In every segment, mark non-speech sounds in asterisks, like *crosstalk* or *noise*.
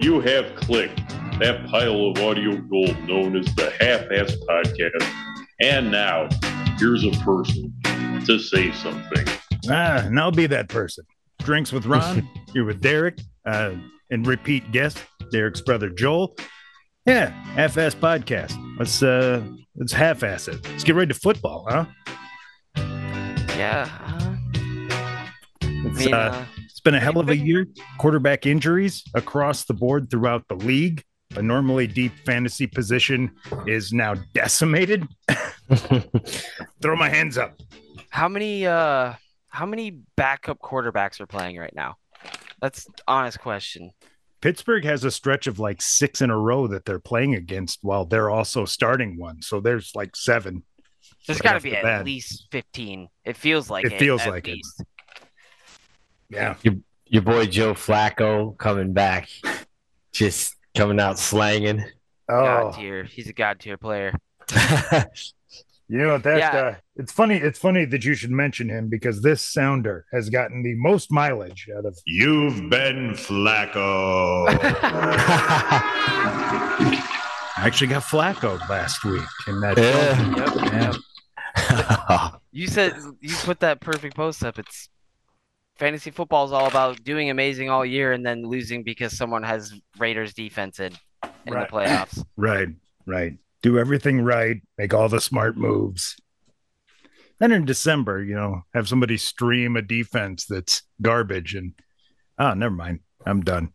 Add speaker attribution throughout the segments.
Speaker 1: You have clicked that pile of audio gold known as the Half Ass Podcast. And now, here's a person to say something.
Speaker 2: Ah, and I'll be that person. Drinks with Ron. You're with Derek, uh, and repeat guest Derek's brother Joel. Yeah, half-ass podcast. Let's uh, let's half-ass it. Let's get right to football, huh?
Speaker 3: Yeah. uh, I
Speaker 2: It's,
Speaker 3: mean,
Speaker 2: uh,
Speaker 3: uh,
Speaker 2: It's been a hell of a year. Quarterback injuries across the board throughout the league. A normally deep fantasy position is now decimated. *laughs* Throw my hands up.
Speaker 3: how many uh how many backup quarterbacks are playing right now? That's an honest question.
Speaker 2: Pittsburgh has a stretch of like six in a row that they're playing against while they're also starting one. So there's like seven.
Speaker 3: There's
Speaker 2: Right
Speaker 3: got to
Speaker 2: off
Speaker 3: be
Speaker 2: the
Speaker 3: at
Speaker 2: bat.
Speaker 3: least 15. It feels like
Speaker 2: It
Speaker 3: it.
Speaker 2: feels
Speaker 3: at
Speaker 2: like it.
Speaker 3: least.
Speaker 2: Yeah.
Speaker 4: Your boy Joe Flacco coming back, just coming out slanging.
Speaker 2: Oh,
Speaker 3: God tier. He's a god tier player.
Speaker 2: You know that
Speaker 3: Yeah.
Speaker 2: uh, it's funny. It's funny that you should mention him because this sounder has gotten the most mileage out of.
Speaker 1: You've been
Speaker 2: Oh.
Speaker 1: Flacco.
Speaker 4: yeah.
Speaker 2: I actually got Flacco last week in that.
Speaker 3: Yep.
Speaker 2: Yeah.
Speaker 3: *laughs* You said you put that perfect post up. It's fantasy football is all about doing amazing all year and then losing because someone has Raiders defense in in
Speaker 2: Right.
Speaker 3: the playoffs.
Speaker 2: Right, right. Do everything right. Make all the smart moves. Then in December, you know, have somebody stream a defense that's garbage and oh, never mind. I'm done.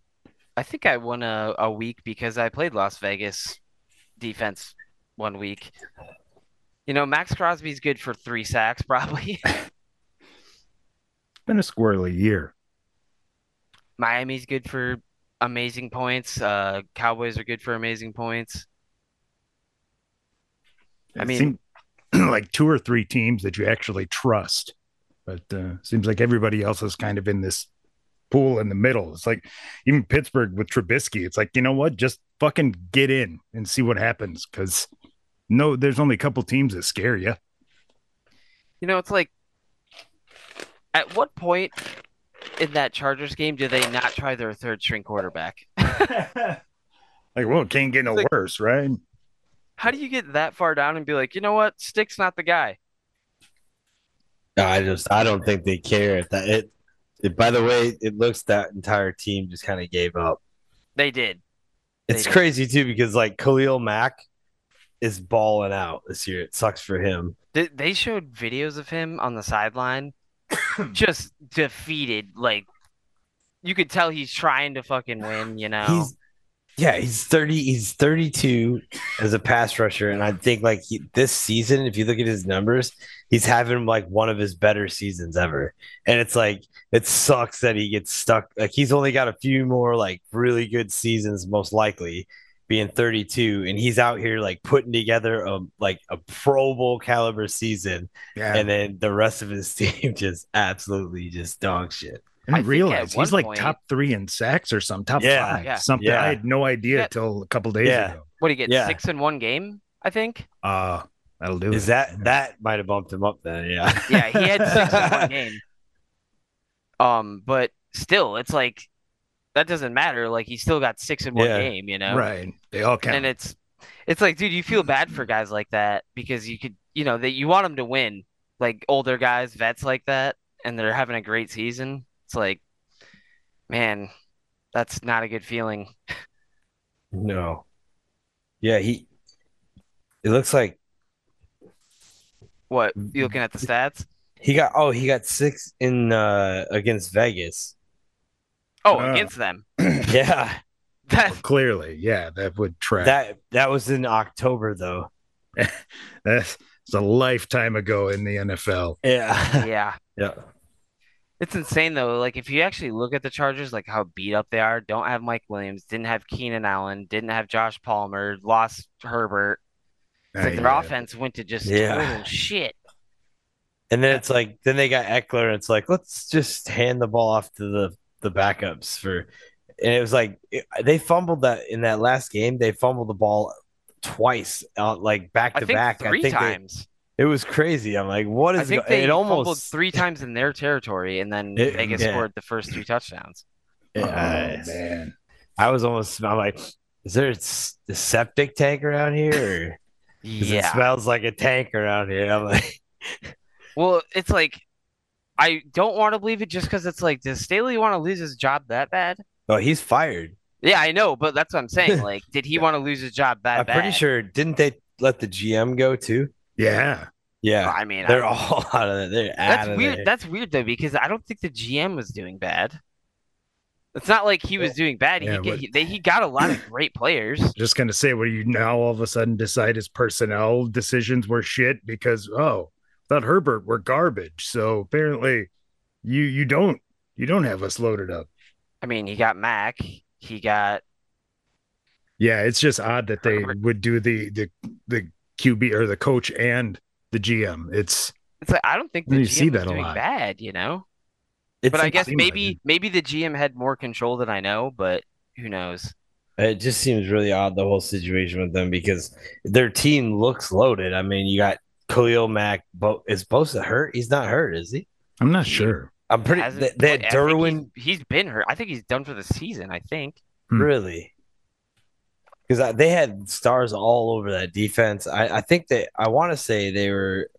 Speaker 3: I think I won a, a week because I played Las Vegas defense one week. You know, Max Crosby's good for three sacks, *laughs* probably.
Speaker 2: It's been a squirrely year.
Speaker 3: Miami's good for amazing points. Uh, Cowboys are good for amazing points. I
Speaker 2: It
Speaker 3: mean-
Speaker 2: seemed *clears throat* like two or three teams that you actually trust, but uh, seems like everybody else is kind of in this pool in the middle. It's like even Pittsburgh with Trubisky. It's like you know what, just fucking get in and see what happens because no, there's only a couple teams that scare
Speaker 3: *laughs*
Speaker 2: you.
Speaker 3: You know, it's like, at what point in that Chargers game do they not try their third string quarterback?
Speaker 2: like well, it can't get no
Speaker 3: It's like-
Speaker 2: worse, right?
Speaker 3: How do you get that far down and be like, you know what, Stick's not the guy?
Speaker 4: No, I just I don't think they care. If that it, it. By the way, it looks that entire team just kind of gave up.
Speaker 3: They did.
Speaker 4: It's
Speaker 3: They-
Speaker 4: crazy too because like Khalil Mack is balling out this year. It sucks for him.
Speaker 3: They, they showed videos of him on the
Speaker 4: *coughs*
Speaker 3: sideline, just defeated. Like, you could tell he's trying to fucking win, you know?
Speaker 4: He's yeah, he's thirty. He's thirty-two as a pass rusher, and I think like he, this season, if you look at his numbers, he's having like one of his better seasons ever. And it's like it sucks that he gets stuck. Like he's only got a few more like really good seasons, most likely being thirty-two, and he's out here like putting together a like a Pro Bowl caliber season,
Speaker 2: Yeah,
Speaker 4: and then the rest of his *laughs* team just absolutely just dog shit.
Speaker 2: I
Speaker 3: I
Speaker 2: didn't
Speaker 3: think at
Speaker 2: realize he's
Speaker 3: one
Speaker 2: like
Speaker 3: point-
Speaker 2: top three in sacks or some top
Speaker 4: Yeah.
Speaker 2: five,
Speaker 3: Yeah.
Speaker 2: something.
Speaker 4: Yeah.
Speaker 2: I had no idea
Speaker 3: Yeah.
Speaker 2: till a couple days
Speaker 4: Yeah.
Speaker 2: ago.
Speaker 3: what, he get
Speaker 4: yeah.
Speaker 3: six in one game, I
Speaker 4: *laughs*
Speaker 3: think?
Speaker 2: Uh, that'll do.
Speaker 4: Is
Speaker 2: it.
Speaker 4: that that might have bumped him up then? Yeah.
Speaker 3: Yeah, he had six in one game. Um, but still, it's like, that doesn't matter. Like, he still got six in one
Speaker 4: Yeah.
Speaker 3: game, you know?
Speaker 2: right? They all count.
Speaker 3: And it's, it's like, dude, you feel bad for guys like that because you could, you know, that you want them to win. Like older guys, vets like that, and they're having a great season. It's like, man, that's not a good feeling.
Speaker 4: No. Yeah, he. It looks like
Speaker 3: What
Speaker 4: Mm-hmm.
Speaker 3: you looking at the stats?
Speaker 4: he got. Oh, he got six in uh against *clears throat* Vegas.
Speaker 3: Oh,
Speaker 2: Uh.
Speaker 3: against them. *laughs*
Speaker 4: Yeah,
Speaker 3: That
Speaker 2: Clearly, yeah, that would track.
Speaker 4: that that was in October though.
Speaker 2: That's it's a lifetime ago in the NFL.
Speaker 4: Yeah, *laughs*
Speaker 3: yeah,
Speaker 4: yeah.
Speaker 3: it's insane though. Like if you actually look at the Chargers, like how beat up they are. Don't have Mike Williams. Didn't have Keenan Allen. Didn't have Josh Palmer. Lost Herbert. It's like
Speaker 2: I- uh,
Speaker 3: their offense went to just
Speaker 4: Yeah.
Speaker 3: total shit.
Speaker 4: And then it's like, then they got Eckler, and it's like, let's just hand the ball off to the the backups for. And it was like it- they fumbled that in that last game. They fumbled the ball twice, uh, like back
Speaker 3: I
Speaker 4: to
Speaker 3: think
Speaker 4: back.
Speaker 3: three
Speaker 4: I think they,
Speaker 3: times.
Speaker 4: it was crazy. I'm like, what is
Speaker 3: I think
Speaker 4: go-
Speaker 3: they
Speaker 4: it
Speaker 3: fumbled
Speaker 4: *laughs* almost
Speaker 3: three times in their territory, and then
Speaker 4: It-
Speaker 3: Vegas
Speaker 4: yeah.
Speaker 3: scored the first two touchdowns.
Speaker 4: Yeah,
Speaker 2: Oh, man.
Speaker 4: I was almost. I'm like, is there a s- a septic tank around here? Or 'cause it
Speaker 3: Yeah.
Speaker 4: smells like a tank around here. I'm like, *laughs*
Speaker 3: Well, it's like I don't want to believe it just because it's like, does Staley want to lose his job that bad?
Speaker 4: oh, he's fired.
Speaker 3: Yeah, I know, but that's what I'm
Speaker 4: *laughs*
Speaker 3: saying. Like, did he want to lose his job that
Speaker 4: I'm
Speaker 3: bad?
Speaker 4: pretty sure. Didn't they let the GM go too?
Speaker 2: Yeah.
Speaker 4: Yeah,
Speaker 3: I mean, I-
Speaker 4: they're *laughs* all out of there. They're
Speaker 3: that's
Speaker 4: out of
Speaker 3: weird.
Speaker 4: there.
Speaker 3: That's weird though because I don't think the GM was doing bad. It's not like he was doing bad.
Speaker 2: Yeah,
Speaker 3: he, get,
Speaker 2: but-
Speaker 3: he, they, he got a lot of great players.
Speaker 2: Just going to say, what do you now all of a sudden decide his personnel decisions were shit because, oh, without Herbert, we're garbage. So apparently you you don't you don't have us loaded up.
Speaker 3: I mean, he got Mac. He got
Speaker 2: Yeah, it's just odd that they
Speaker 3: Herbert.
Speaker 2: would do the the the QB or the coach and the GM. It's
Speaker 3: it's like I don't think the
Speaker 2: You
Speaker 3: GM
Speaker 2: see
Speaker 3: was
Speaker 2: that a
Speaker 3: doing
Speaker 2: lot.
Speaker 3: bad, you know.
Speaker 4: It's
Speaker 3: But I
Speaker 4: like-
Speaker 3: guess
Speaker 2: seem like
Speaker 3: maybe
Speaker 2: it.
Speaker 3: maybe the GM had more control than I know, but who knows?
Speaker 4: It just seems really odd the whole situation with them because their team looks loaded. I mean, you got Khalil Mack. Bo- is Bosa hurt? He's not hurt, is he?
Speaker 2: I'm not sure.
Speaker 4: I'm pretty.
Speaker 3: Hasn't
Speaker 4: They, they had
Speaker 3: played- I think he's-
Speaker 4: Derwin
Speaker 3: he's been hurt. I think he's done for the season. I think.
Speaker 2: Hmm.
Speaker 4: really because they had stars all over that defense. I, I think that I want to say they were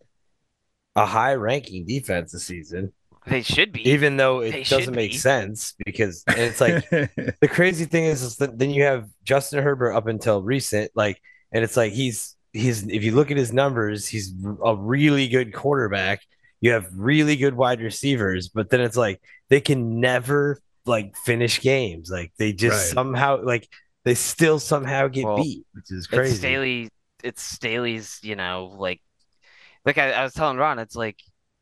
Speaker 4: a high-ranking defense this season,
Speaker 3: They should be.
Speaker 4: even though
Speaker 3: They
Speaker 4: it
Speaker 3: should
Speaker 4: doesn't make
Speaker 3: be.
Speaker 4: sense because and
Speaker 2: *laughs*
Speaker 4: it's like the crazy thing is, is that then you have Justin Herbert up until recent, like, and it's like he's he's if you look at his numbers, he's a really good quarterback. You have really good wide receivers, but then it's like they can never like finish games. Like they just
Speaker 2: Right.
Speaker 4: somehow like they still somehow get
Speaker 3: Well,
Speaker 4: beat, which is crazy.
Speaker 3: It's Staley. It's Staley's. You know, like, like I, I was telling Ron, it's like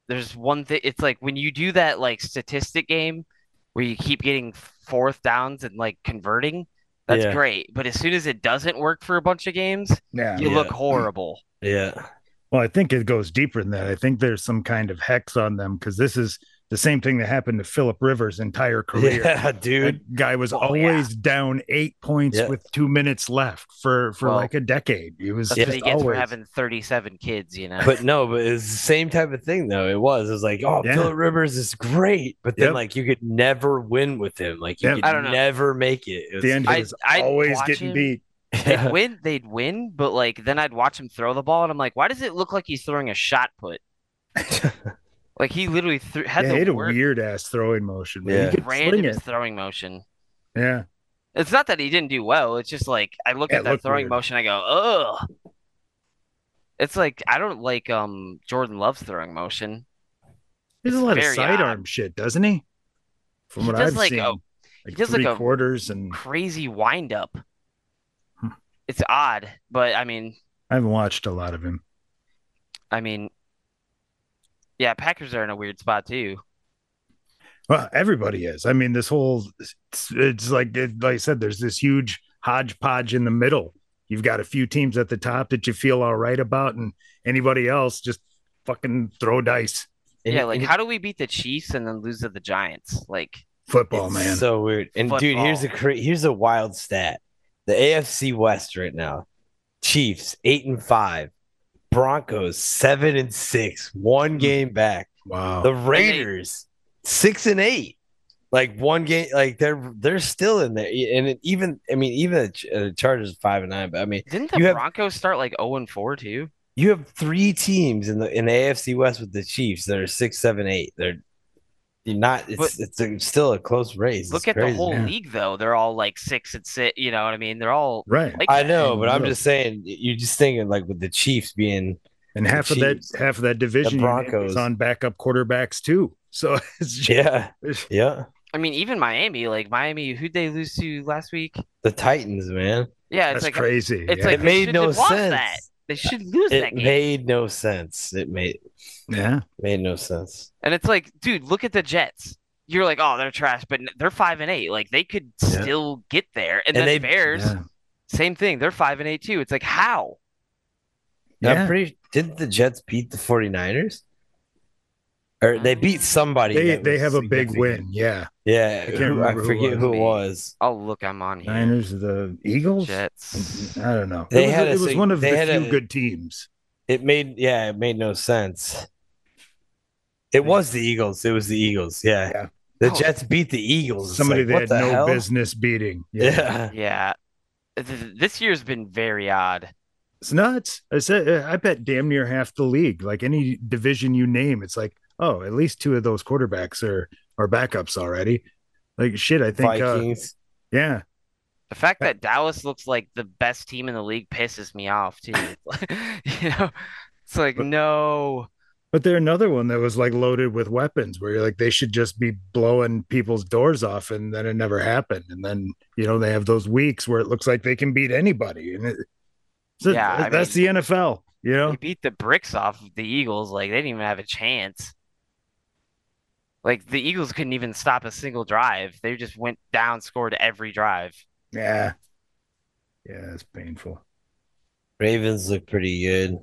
Speaker 3: there's one thing. It's like when you do that like statistic game where you keep getting fourth downs and like converting. That's
Speaker 4: Yeah.
Speaker 3: great, but as soon as it doesn't work for a bunch of games,
Speaker 2: Yeah.
Speaker 3: you look
Speaker 4: Yeah. *laughs*
Speaker 3: horrible.
Speaker 4: Yeah.
Speaker 2: Well, I think it goes deeper than that. I think there's some kind of hex on them because this is the same thing that happened to Philip Rivers' entire career.
Speaker 4: *laughs* Yeah, dude.
Speaker 2: That guy was
Speaker 3: Oh,
Speaker 2: always down eight points
Speaker 4: Yeah.
Speaker 2: with two minutes left for for
Speaker 3: Well,
Speaker 2: like a decade. It was
Speaker 3: That's
Speaker 2: just
Speaker 3: what he gets for
Speaker 2: always
Speaker 3: having 37 kids. You know,
Speaker 4: But no, but it's the same type of thing though. It was. It was like, oh,
Speaker 2: Yeah.
Speaker 4: Phillip Rivers is great, but then
Speaker 2: Yep.
Speaker 4: like you could never win with him. Like you
Speaker 2: Yep.
Speaker 4: could
Speaker 3: I don't know.
Speaker 4: never make it. It was-
Speaker 2: the end. He
Speaker 4: *laughs*
Speaker 3: I'd-
Speaker 2: was
Speaker 3: I'd
Speaker 2: always
Speaker 3: watch
Speaker 2: getting
Speaker 3: him.
Speaker 2: beat.
Speaker 3: they'd win, they'd win, but like then I'd watch him throw the ball, and I'm like, why does it look like he's throwing a shot
Speaker 2: *laughs*
Speaker 3: put? like he literally threw, had
Speaker 2: Yeah,
Speaker 3: the
Speaker 2: he had a
Speaker 3: worst-
Speaker 2: weird ass throwing motion. but
Speaker 4: Yeah.
Speaker 2: He could sling
Speaker 3: random
Speaker 2: it.
Speaker 3: throwing motion.
Speaker 2: Yeah.
Speaker 3: It's not that he didn't do well. It's just like I look
Speaker 2: Yeah, it
Speaker 3: at that
Speaker 2: looked
Speaker 3: throwing
Speaker 2: weird.
Speaker 3: motion, I go, ugh. It's like I don't like um Jordan Love's throwing motion.
Speaker 2: There's a lot of
Speaker 3: very
Speaker 2: sidearm shit, doesn't he? From
Speaker 3: He
Speaker 2: what
Speaker 3: does
Speaker 2: I've
Speaker 3: like
Speaker 2: seen.
Speaker 3: a- he
Speaker 2: like
Speaker 3: does like
Speaker 2: three
Speaker 3: a-
Speaker 2: quarters and
Speaker 3: Crazy wind up.
Speaker 2: Hmm.
Speaker 3: It's odd, but I mean,
Speaker 2: I haven't watched a lot of him.
Speaker 3: I mean, yeah, Packers are in a weird spot too.
Speaker 2: Well, everybody is. I mean, this whole it's, it's like it, like I said, there's this huge hodgepodge in the middle. You've got a few teams at the top that you feel all right about, and anybody else just fucking throw dice.
Speaker 4: And-
Speaker 3: yeah, like
Speaker 4: and
Speaker 3: how do we beat the Chiefs and then lose to the Giants? Like,
Speaker 2: *laughs* Football,
Speaker 4: it's
Speaker 2: man.
Speaker 4: So weird. And dude, here's a
Speaker 3: Football.
Speaker 4: cra- here's a wild stat. The AFC West right now. Chiefs 8 and 5. Broncos 7 and 6, one
Speaker 2: Hmm.
Speaker 4: game back.
Speaker 3: Oh.
Speaker 2: wow.
Speaker 4: The Raiders 6 and 8. Like one game like they're they're still in there. And it even I mean even the Ch- uh, the Chargers 5 and 9, but I mean
Speaker 3: didn't the
Speaker 4: You have-
Speaker 3: Broncos start like 0 and 4 too?
Speaker 4: you have three teams in the in the AFC West with the Chiefs that are 6 7 8. They're you're not it's it's a, still a close race.
Speaker 3: Look
Speaker 4: It's
Speaker 3: at
Speaker 4: crazy.
Speaker 3: the whole
Speaker 2: yeah.
Speaker 3: league though. They're all like 6 and 6, you know what I mean? They're all
Speaker 2: right.
Speaker 3: like
Speaker 4: I
Speaker 3: that.
Speaker 4: know,
Speaker 2: in
Speaker 4: but
Speaker 2: the
Speaker 3: Mm-hmm.
Speaker 4: I'm
Speaker 2: middle.
Speaker 4: just saying you're just thinking like with the Chiefs being *laughs*
Speaker 2: And half of
Speaker 4: Chiefs,
Speaker 2: that half of that division
Speaker 4: Broncos.
Speaker 2: is on backup quarterbacks too. So *laughs* it's just,
Speaker 4: yeah, yeah,
Speaker 3: I mean even Miami, like Miami, who'd they lose to last week?
Speaker 4: the Titans, man.
Speaker 3: Yeah, it's
Speaker 2: that's
Speaker 3: like
Speaker 2: crazy.
Speaker 3: it's
Speaker 2: yeah.
Speaker 3: like
Speaker 4: It
Speaker 3: they
Speaker 4: made
Speaker 3: should
Speaker 4: no
Speaker 3: have lost
Speaker 4: sense.
Speaker 3: That. They should lose
Speaker 4: It
Speaker 3: that game.
Speaker 4: made no sense. It made
Speaker 2: yeah.
Speaker 4: made no sense.
Speaker 3: And it's like, dude, look at the Jets. You're like, oh, they're trash, but n- they're five and eight. Like they could
Speaker 4: Yeah.
Speaker 3: still get there. And,
Speaker 4: And
Speaker 3: then
Speaker 4: they-
Speaker 3: Bears,
Speaker 2: Yeah.
Speaker 3: same thing. They're five and eight too. It's like how?
Speaker 4: Now, I'm
Speaker 2: Yeah.
Speaker 4: pretty. Didn't the Jets beat the 49ers? Or they beat somebody.
Speaker 2: They
Speaker 4: that
Speaker 2: they
Speaker 4: was
Speaker 2: have a big
Speaker 4: significant.
Speaker 2: win. Yeah.
Speaker 4: Yeah,
Speaker 2: can't
Speaker 4: who- I,
Speaker 2: remember who it
Speaker 4: forget
Speaker 2: was.
Speaker 4: who it was.
Speaker 3: I'll Oh, look. I'm on here.
Speaker 2: Niners, the Eagles.
Speaker 3: Jets.
Speaker 2: I don't know.
Speaker 4: They
Speaker 2: it was,
Speaker 4: had a
Speaker 2: it was
Speaker 4: sig-
Speaker 2: one of
Speaker 4: they
Speaker 2: the
Speaker 4: had
Speaker 2: few
Speaker 4: a-
Speaker 2: good teams.
Speaker 4: It made yeah, it made no sense. It was the Eagles. It was the Eagles. Yeah,
Speaker 2: Yeah.
Speaker 4: The
Speaker 3: Oh.
Speaker 4: Jets beat the Eagles. It's
Speaker 2: Somebody
Speaker 4: like,
Speaker 2: they
Speaker 4: what
Speaker 2: had
Speaker 4: the
Speaker 2: no
Speaker 4: hell? *laughs*
Speaker 2: business beating.
Speaker 4: Yeah.
Speaker 3: Yeah. Th- This year's been very odd.
Speaker 2: It's nuts. I said uh, I bet damn near half the league. Like any division you name, it's like, oh, at least two of those quarterbacks are are backups already. Like shit, I think uh,
Speaker 4: Vikings.
Speaker 2: yeah.
Speaker 3: The fact that Dallas looks like the best team in the league pisses me off too. It's like- *laughs* you know, it's like
Speaker 2: But-
Speaker 3: no.
Speaker 2: But they're another one that was like loaded with weapons where you're like they should just be blowing people's doors off and then it never happened. And then, you know, they have those weeks where it looks like they can beat anybody. And it, so
Speaker 3: Yeah, I
Speaker 2: that's
Speaker 3: mean-
Speaker 2: the NFL, you know?
Speaker 3: They beat the bricks off of the Eagles. Like they didn't even have a chance. Like the Eagles couldn't even stop a single drive. They just went down, scored every drive.
Speaker 2: Yeah. Yeah, it's painful.
Speaker 4: Ravens look pretty good.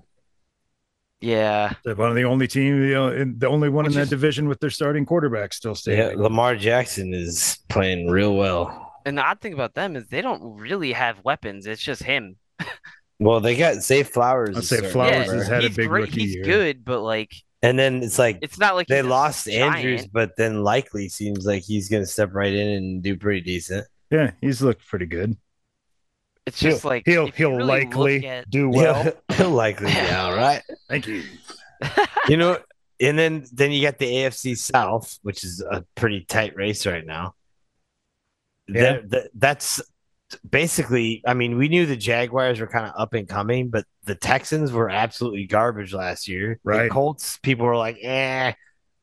Speaker 3: Yeah.
Speaker 2: They're one of the only team, you know, in- the only one in
Speaker 3: Which
Speaker 2: that
Speaker 3: is-
Speaker 2: division with their starting quarterback still
Speaker 4: Yeah,
Speaker 2: standing.
Speaker 4: Lamar Jackson is playing real well.
Speaker 3: And the odd thing about them is they don't really have weapons. It's just him.
Speaker 4: Well, they got Zay Flowers.
Speaker 2: I'd
Speaker 4: is
Speaker 2: say
Speaker 4: starting,
Speaker 2: Flowers
Speaker 4: right?
Speaker 2: has had a
Speaker 3: he's
Speaker 2: big
Speaker 3: great.
Speaker 2: rookie
Speaker 3: he's
Speaker 2: year.
Speaker 3: good, but like
Speaker 4: and then it's like
Speaker 3: it's not like
Speaker 4: they
Speaker 3: he's a
Speaker 4: lost Andrews,
Speaker 3: giant.
Speaker 4: but then likely seems like he's going to step right in and do pretty decent.
Speaker 2: Yeah, he's looked pretty good.
Speaker 3: It's just like
Speaker 2: He'll
Speaker 3: if you
Speaker 2: he'll
Speaker 3: really look
Speaker 2: likely
Speaker 3: at-
Speaker 2: do well. *laughs*
Speaker 4: He'll- he'll *laughs* likely be all right.
Speaker 2: Thank you.
Speaker 4: You know, and then then you got the AFC South, which is a pretty tight race right now.
Speaker 2: Yeah.
Speaker 4: That- that- that's basically. I mean, we knew the Jaguars were kind of up and coming, but the Texans were absolutely garbage last year. The
Speaker 2: Right.
Speaker 4: Colts, people were like, "Eh,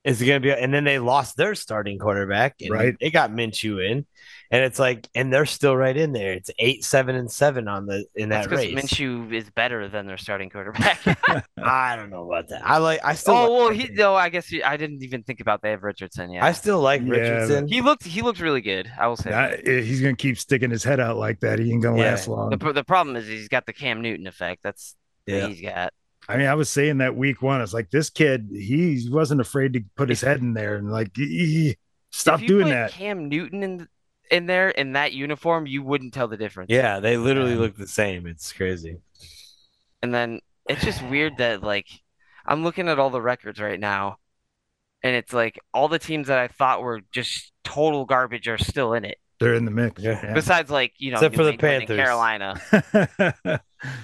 Speaker 4: is it going to be?" And then they lost their starting quarterback, and
Speaker 2: Right.
Speaker 4: They got Minshew in, and it's like, and they're still right in there. It's eight, seven, and seven on the in
Speaker 3: That's
Speaker 4: that
Speaker 3: because
Speaker 4: race.
Speaker 3: Minshew is better than their starting quarterback.
Speaker 4: *laughs* I don't know about that. I like. I still.
Speaker 3: oh well,
Speaker 4: like
Speaker 3: he
Speaker 4: Minshew.
Speaker 3: no, I guess he, I didn't even think about they have Richardson. Yeah,
Speaker 4: I still like
Speaker 2: Yeah,
Speaker 4: Richardson.
Speaker 3: he looked he looked really good. I will say. that.
Speaker 2: Nah, eh, he's gonna keep sticking his head out like that. He ain't gonna
Speaker 4: Yeah.
Speaker 2: last long.
Speaker 3: The, pro- the problem is he's got the Cam Newton effect. That's
Speaker 4: Yeah.
Speaker 3: what he's got.
Speaker 2: I mean, I was saying that week one, it's like this kid, he wasn't afraid to put his head in there and like "Eh, eh, stop
Speaker 3: if you
Speaker 2: doing
Speaker 3: put
Speaker 2: that.
Speaker 3: Cam Newton in in there in that uniform, you wouldn't tell the difference.
Speaker 4: Yeah, they literally look the same. It's crazy.
Speaker 3: And then it's just weird that like I'm looking at all the records right now, and it's like all the teams that I thought were just total garbage are still in it.
Speaker 2: They're in the mix.
Speaker 4: Yeah.
Speaker 2: *laughs*
Speaker 3: Besides, like you know,
Speaker 4: Except
Speaker 3: New
Speaker 4: for the
Speaker 3: England and
Speaker 4: Panthers.
Speaker 3: Carolina.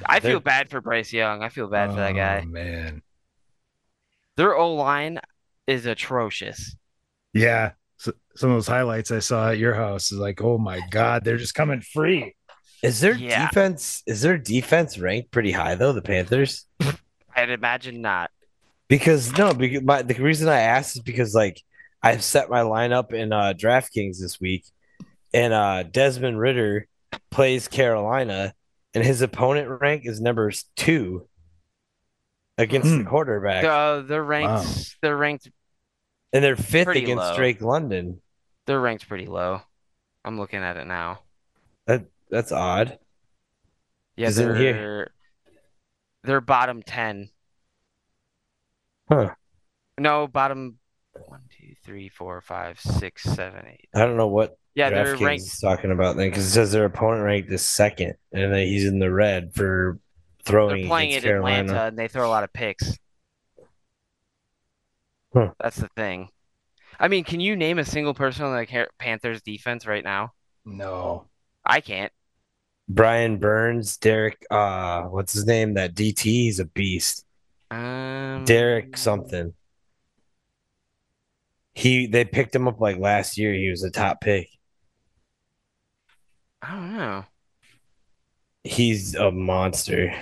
Speaker 3: I feel bad for Bryce Young. I feel bad for that guy.
Speaker 2: Oh, man.
Speaker 3: Their O line is atrocious.
Speaker 2: Yeah. So, some of those highlights I saw at your house is like, oh my God, they're just coming free.
Speaker 4: Is their
Speaker 3: Yeah.
Speaker 4: defense is their defense ranked pretty high though? The Panthers
Speaker 3: I'd imagine not.
Speaker 4: because no, because my, the reason I asked is because like I've set my lineup in uh, DraftKings this week, and uh, Desmond Ritter plays Carolina, and his opponent rank is number two against the
Speaker 2: Hmm.
Speaker 4: quarterback,
Speaker 3: Uh, they're ranked.
Speaker 2: Wow.
Speaker 3: They're ranked.
Speaker 4: and they're fifth
Speaker 3: pretty
Speaker 4: against
Speaker 3: low.
Speaker 4: Drake London.
Speaker 3: They're ranked pretty low. I'm looking at it now.
Speaker 4: That's odd.
Speaker 3: Yeah,
Speaker 4: Is it
Speaker 3: they're
Speaker 4: in here?
Speaker 3: they're bottom ten.
Speaker 4: Huh.
Speaker 3: No, bottom one, two, three, four, five, six, seven, eight.
Speaker 4: I don't know what
Speaker 3: Yeah, they're
Speaker 4: DraftKings
Speaker 3: ranked.
Speaker 4: is talking about then because it says their opponent ranked is second, and then he's in the red for throwing
Speaker 3: They're playing
Speaker 4: against
Speaker 3: in
Speaker 4: Carolina.
Speaker 3: Atlanta, and they throw a lot of picks.
Speaker 4: Huh.
Speaker 3: That's the thing. I mean, can you name a single person on the Car- Panthers defense right now?
Speaker 2: No.
Speaker 3: I can't.
Speaker 4: Brian Burns, Derek, uh, what's his name? That DT, he's a beast.
Speaker 3: Um,
Speaker 4: Derek something. He they picked him up like last year. He was a top pick.
Speaker 3: I don't know.
Speaker 4: He's a monster.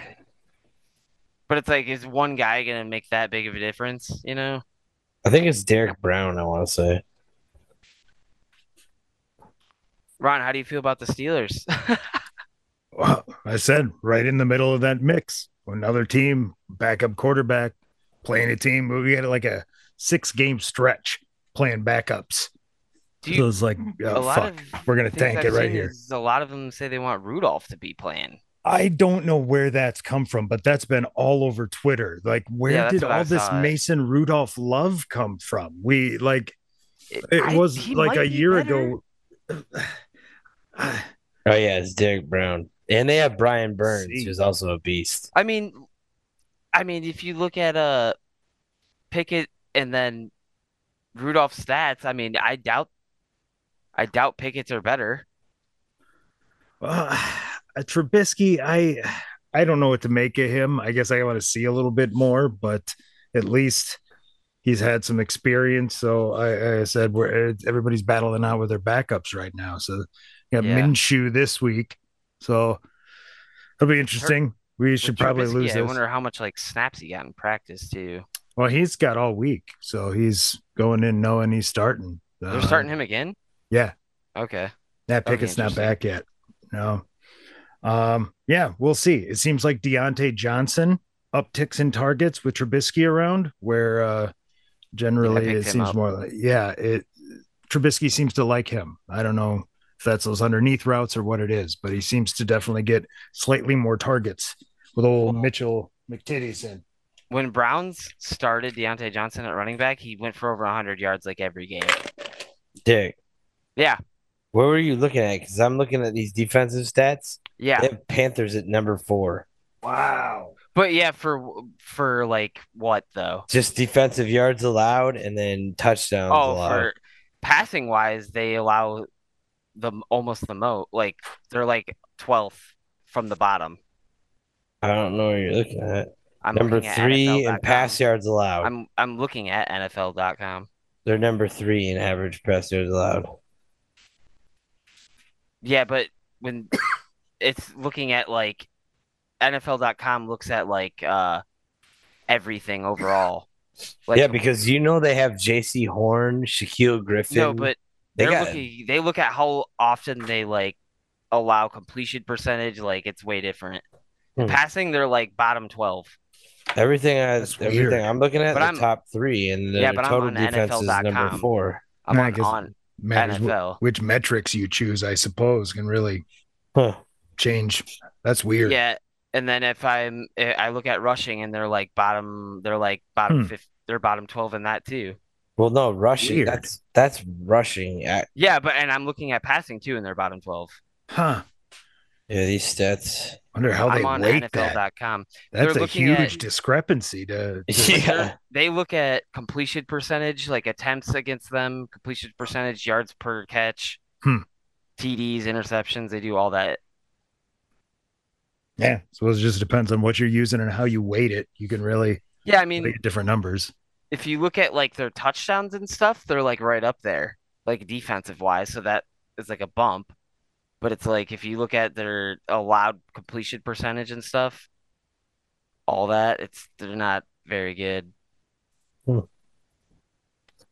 Speaker 3: But it's like, is one guy gonna make that big of a difference? You know?
Speaker 4: I think it's Derek Brown. I want to say.
Speaker 3: Ron, how do you feel about the Steelers? *laughs*
Speaker 2: Well, I said right in the middle of that mix, another team, backup quarterback, playing a team. We had like a six game stretch playing backups.
Speaker 3: do
Speaker 2: so
Speaker 3: you,
Speaker 2: it's like,
Speaker 3: a
Speaker 2: oh,
Speaker 3: lot
Speaker 2: fuck,
Speaker 3: of
Speaker 2: we're going to
Speaker 3: things
Speaker 2: tank
Speaker 3: I've
Speaker 2: it right
Speaker 3: seen
Speaker 2: here.
Speaker 3: is A lot of them say they want Rudolph to be playing.
Speaker 2: I don't know where that's come from, but that's been all over Twitter. Like, where
Speaker 3: Yeah, that's
Speaker 2: did
Speaker 3: what I
Speaker 2: all this
Speaker 3: saw.
Speaker 2: Mason Rudolph love come from? We like it
Speaker 3: I-
Speaker 2: was
Speaker 3: he
Speaker 2: like
Speaker 3: might
Speaker 2: a
Speaker 3: be
Speaker 2: year
Speaker 3: better.
Speaker 2: ago.
Speaker 4: Oh yeah, it's Derek Brown, and they have Brian Burns,
Speaker 2: See.
Speaker 4: who's also a beast.
Speaker 3: I mean, I mean, if you look at uh Pickett and then Rudolph's stats, I mean, I doubt I doubt Pickett's are better.
Speaker 2: Uh, Trubisky, I I don't know what to make of him. I guess I want to see a little bit more, but at least he's had some experience. So I, I said we're everybody's battling out with their backups right now. So you got
Speaker 3: Yeah.
Speaker 2: Minshew this week. So it'll be interesting. We should
Speaker 3: With
Speaker 2: probably
Speaker 3: Trubisky,
Speaker 2: lose
Speaker 3: I
Speaker 2: this.
Speaker 3: wonder how much like snaps he got in practice too.
Speaker 2: Well, he's got all week, so he's going in knowing he's starting.
Speaker 3: They're starting him again.
Speaker 2: Uh-huh. yeah.
Speaker 3: Okay.
Speaker 2: That
Speaker 3: That'd be
Speaker 2: Pickett's not
Speaker 3: interesting.
Speaker 2: back yet. No. Um, yeah, we'll see. It seems like Deontay Johnson upticks in targets with Trubisky around, where uh generally
Speaker 3: Yeah, I
Speaker 2: it
Speaker 3: picked him
Speaker 2: seems
Speaker 3: up.
Speaker 2: more like yeah, it Trubisky seems to like him. I don't know if that's those underneath routes or what it is, but he seems to definitely get slightly more targets with old
Speaker 3: Well-
Speaker 2: Mitchell McTitties in.
Speaker 3: When Browns started Deontay Johnson at running back, he went for over 100 yards like every game.
Speaker 4: Dick,
Speaker 3: Yeah.
Speaker 4: where were you looking at? Because I'm looking at these defensive stats.
Speaker 3: Yeah.
Speaker 4: They have Panthers at number four.
Speaker 2: Wow.
Speaker 3: But yeah, for for like what though?
Speaker 4: Just defensive yards allowed, and then touchdowns
Speaker 3: Oh,
Speaker 4: allowed.
Speaker 3: for passing wise, they allow the almost the mo like they're like 12th from the bottom.
Speaker 4: I don't know what you're looking at.
Speaker 3: I'm
Speaker 4: number
Speaker 3: looking at
Speaker 4: three in
Speaker 3: NFL.com.
Speaker 4: pass oh. yards allowed.
Speaker 3: I'm I'm looking at NFL.com.
Speaker 4: They're number three in average pass yards allowed.
Speaker 3: Yeah, but when *coughs* it's looking at like NFL.com looks at like uh everything overall. Like
Speaker 4: yeah, because you know they have J.C. Horn, Shaquille Griffin.
Speaker 3: no, but
Speaker 4: they
Speaker 3: they're
Speaker 4: got
Speaker 3: looking they look at how often they like allow completion percentage, like it's way different. In
Speaker 4: Hmm.
Speaker 3: Passing, they're like bottom twelve.
Speaker 4: everything. I,
Speaker 2: That's
Speaker 4: everything
Speaker 2: weird.
Speaker 4: I'm looking at
Speaker 3: But
Speaker 4: the
Speaker 3: I'm-
Speaker 4: top three, and the
Speaker 3: Yeah, but I'm
Speaker 4: total
Speaker 3: on
Speaker 4: defense is number
Speaker 3: NFL.com.
Speaker 4: four.
Speaker 3: I'm
Speaker 2: Yeah, I
Speaker 3: on,
Speaker 2: guess-
Speaker 3: on
Speaker 2: Matters wh-
Speaker 3: NFL.
Speaker 2: which metrics you choose, I suppose, can really
Speaker 4: Huh.
Speaker 2: change. That's weird.
Speaker 3: Yeah, and then if I'm eh, I look at rushing and they're like bottom they're like bottom
Speaker 2: Hmm.
Speaker 3: fifth they're bottom twelve in that too.
Speaker 4: Well, no, rushing.
Speaker 2: Weird.
Speaker 4: That's that's rushing. I,
Speaker 3: Yeah, but and I'm looking at passing too and they're bottom twelve.
Speaker 2: Huh.
Speaker 4: yeah, these stats.
Speaker 3: *laughs*
Speaker 2: Wonder how
Speaker 3: I'm
Speaker 2: Oh, they
Speaker 3: on
Speaker 2: weight that.
Speaker 3: NFL.com.
Speaker 2: That's
Speaker 3: They're
Speaker 2: a
Speaker 3: looking
Speaker 2: huge
Speaker 3: at-
Speaker 2: discrepancy to, to-
Speaker 3: Like, they're-
Speaker 4: *laughs* Yeah,
Speaker 3: They look at completion percentage, like attempts against them, completion percentage, yards per catch,
Speaker 2: Hmm.
Speaker 3: TDs, interceptions. They do all that.
Speaker 2: yeah. So it just depends on what you're using and how you weight it. You can really
Speaker 3: Yeah, I mean,
Speaker 2: get different numbers.
Speaker 3: if you look at like their touchdowns and stuff, they're like right up there, like defensive wise. So that is like a bump. But it's like if you look at their allowed completion percentage and stuff, all that, it's they're not very good.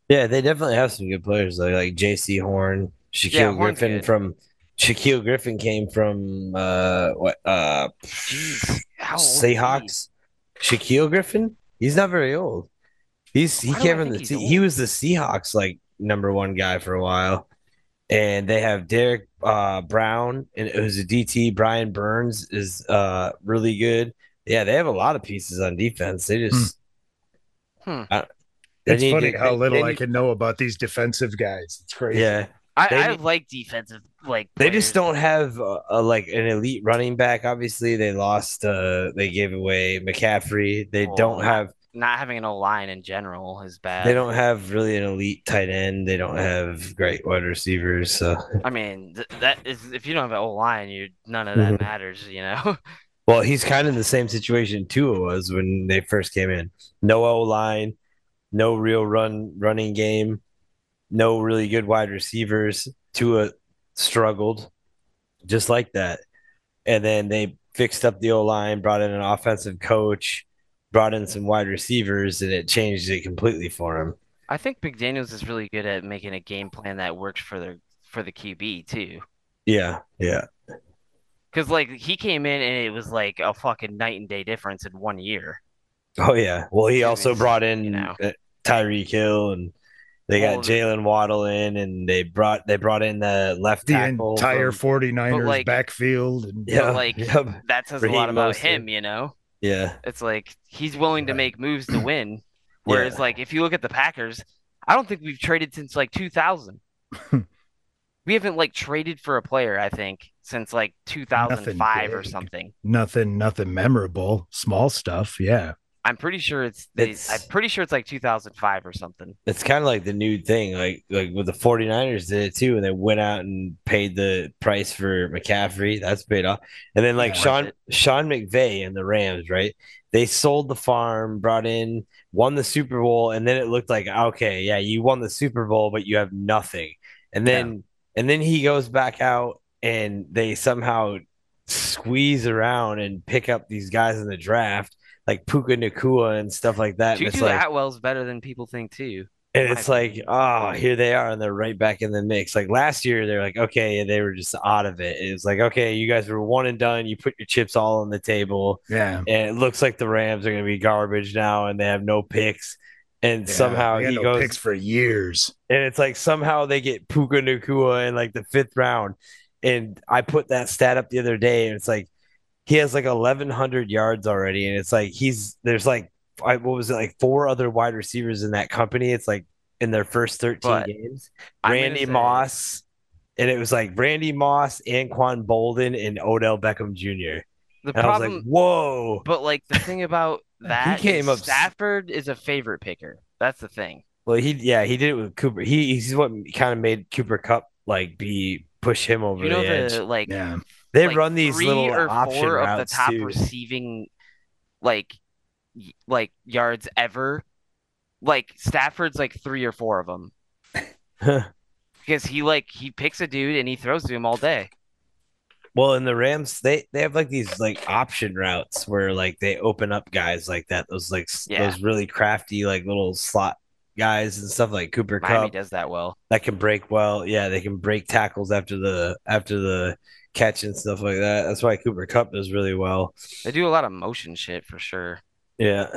Speaker 4: yeah, they definitely have some good players though, like J.C. Horn, Shaquille
Speaker 3: Yeah, Horn's
Speaker 4: Griffin
Speaker 3: good.
Speaker 4: from Shaquille Griffin came from uh what uh
Speaker 3: Jeez, how old is he?
Speaker 4: Seahawks. Shaquille Griffin? He's not very old. He's he
Speaker 3: Why do
Speaker 4: came
Speaker 3: I
Speaker 4: from the
Speaker 3: think he's
Speaker 4: Se-
Speaker 3: old?
Speaker 4: he was the Seahawks like number one guy for a while. And they have Derek uh, Brown and it was a DT. Brian Burns is uh, really good. Yeah, they have a lot of pieces on defense. They just
Speaker 3: Hmm.
Speaker 4: I- they
Speaker 2: It's
Speaker 4: need
Speaker 2: funny
Speaker 4: to-
Speaker 2: how
Speaker 4: they-
Speaker 2: little
Speaker 4: they
Speaker 2: I
Speaker 4: need-
Speaker 2: can know about these defensive guys. It's crazy.
Speaker 4: Yeah,
Speaker 3: I,
Speaker 4: They
Speaker 3: I
Speaker 4: need-
Speaker 3: like defensive like
Speaker 4: they just
Speaker 3: players.
Speaker 4: don't have uh a, like an elite running back. Obviously, they lost. Uh, they gave away McCaffrey. They
Speaker 3: Well,
Speaker 4: don't have
Speaker 3: not having an O line in general is bad.
Speaker 4: They don't have really an elite tight end. They don't have great wide receivers. So,
Speaker 3: I mean, th- that is if you don't have an O line, you none of that
Speaker 4: Mhm.
Speaker 3: matters. You know, *laughs*
Speaker 4: well, he's kind of in the same situation Tua was when they first came in. No O line, no real run running game, no really good wide receivers. Tua struggled, just like that. And then they fixed up the O line, brought in an offensive coach, brought in some wide receivers, and it changed it completely for him.
Speaker 3: I think McDaniel's is really good at making a game plan that works for their for the QB too.
Speaker 4: Yeah, yeah,
Speaker 3: Because like he came in and it was like a fucking night and day difference in one year.
Speaker 4: Oh yeah. Well, he
Speaker 3: I
Speaker 4: also
Speaker 3: mean,
Speaker 4: brought in
Speaker 3: you know.
Speaker 4: uh, Tyreek Hill, and they got
Speaker 3: Well, the-
Speaker 4: Jalen Waddle in, and they brought they brought in the left
Speaker 2: The
Speaker 4: tackle
Speaker 2: entire
Speaker 4: from-
Speaker 2: 49ers
Speaker 3: like-
Speaker 2: backfield. And,
Speaker 4: yeah, *laughs*
Speaker 3: like-
Speaker 4: yep,
Speaker 3: That says a
Speaker 4: Raheem
Speaker 3: lot about
Speaker 4: Mostert.
Speaker 3: him. You know,
Speaker 4: yeah,
Speaker 3: it's like he's willing to
Speaker 2: Right.
Speaker 3: make moves
Speaker 4: *clears throat*
Speaker 3: to win. Whereas like if you look at the Packers, I don't think we've traded since like
Speaker 4: *laughs*
Speaker 3: 2000. we haven't like traded for a player. I think since like 2005 or
Speaker 2: big.
Speaker 3: something.
Speaker 2: Nothing, nothing memorable. Small stuff. Yeah.
Speaker 3: I'm pretty sure it's, they,
Speaker 4: It's-
Speaker 3: I'm pretty sure it's like 2005 or something.
Speaker 4: It's kind of like the new thing, like like with the 49ers did it too, and they went out and paid the price for McCaffrey. That's paid off. And then like
Speaker 3: Yeah.
Speaker 4: Sean
Speaker 3: Worth
Speaker 4: Sean McVay and the Rams, right? They sold the farm, brought in, won the Super Bowl, and then it looked like okay, yeah, you won the Super Bowl, but you have nothing. And then and then he goes back out and they somehow squeeze around and pick up these guys in the draft, like Puka Nakua and stuff like that. and it's
Speaker 3: Tutu
Speaker 4: like,
Speaker 3: Atwell's better than people think too.
Speaker 4: and
Speaker 3: my
Speaker 4: it's like, oh, here they are, and they're right back in the mix. Like last year, they're like, okay, they were just out of it. It was like, okay, you guys were one and done. You put your chips all on the table,
Speaker 2: Yeah.
Speaker 4: and it looks like the Rams are going to be garbage now, and they have no picks. And
Speaker 2: Yeah,
Speaker 4: somehow
Speaker 2: we
Speaker 4: he
Speaker 2: had no
Speaker 4: goes,
Speaker 2: picks for years.
Speaker 4: and it's like somehow they get Puka Nakua in like the fifth round. And I put that stat up the other day, and it's like he has like 1,100 yards already. And it's like he's there's like, I, what was it, like four other wide receivers in that company? It's like in their first 13
Speaker 3: But
Speaker 4: games.
Speaker 3: I'm gonna
Speaker 4: Randy
Speaker 3: say-
Speaker 4: Moss. And it was like Randy Moss, Anquan Bolden, and Odell Beckham Jr.
Speaker 3: The
Speaker 4: And I was
Speaker 3: problem,
Speaker 4: like, whoa.
Speaker 3: but like the thing
Speaker 4: *laughs*
Speaker 3: about that,
Speaker 4: came
Speaker 3: is
Speaker 4: up s-
Speaker 3: Stafford is a favorite picker. That's the thing.
Speaker 4: Well, he yeah, he did it with Cooper. He, he's what kind of made Cooper Cup like be push him over
Speaker 3: You know
Speaker 4: the edge.
Speaker 3: the like
Speaker 2: Yeah.
Speaker 4: They
Speaker 3: like,
Speaker 4: run these
Speaker 3: three
Speaker 4: little
Speaker 3: or
Speaker 4: option
Speaker 3: four of the
Speaker 4: routes
Speaker 3: top
Speaker 4: too.
Speaker 3: receiving like y- like yards ever. Like Stafford's like three or four of them because he like he picks a dude and he throws to him all day.
Speaker 4: *laughs* well, in the Rams, they they have like these like option routes where like they open up guys like that. Those like s-
Speaker 3: Yeah.
Speaker 4: those really crafty like little slot guys and stuff like Cooper
Speaker 3: Miami
Speaker 4: Cup
Speaker 3: does that well.
Speaker 4: that can break well. Yeah, they can break tackles after the after the catch and stuff like that. That's why Cooper Cup does really well.
Speaker 3: They do a lot of motion shit for sure.
Speaker 4: Yeah.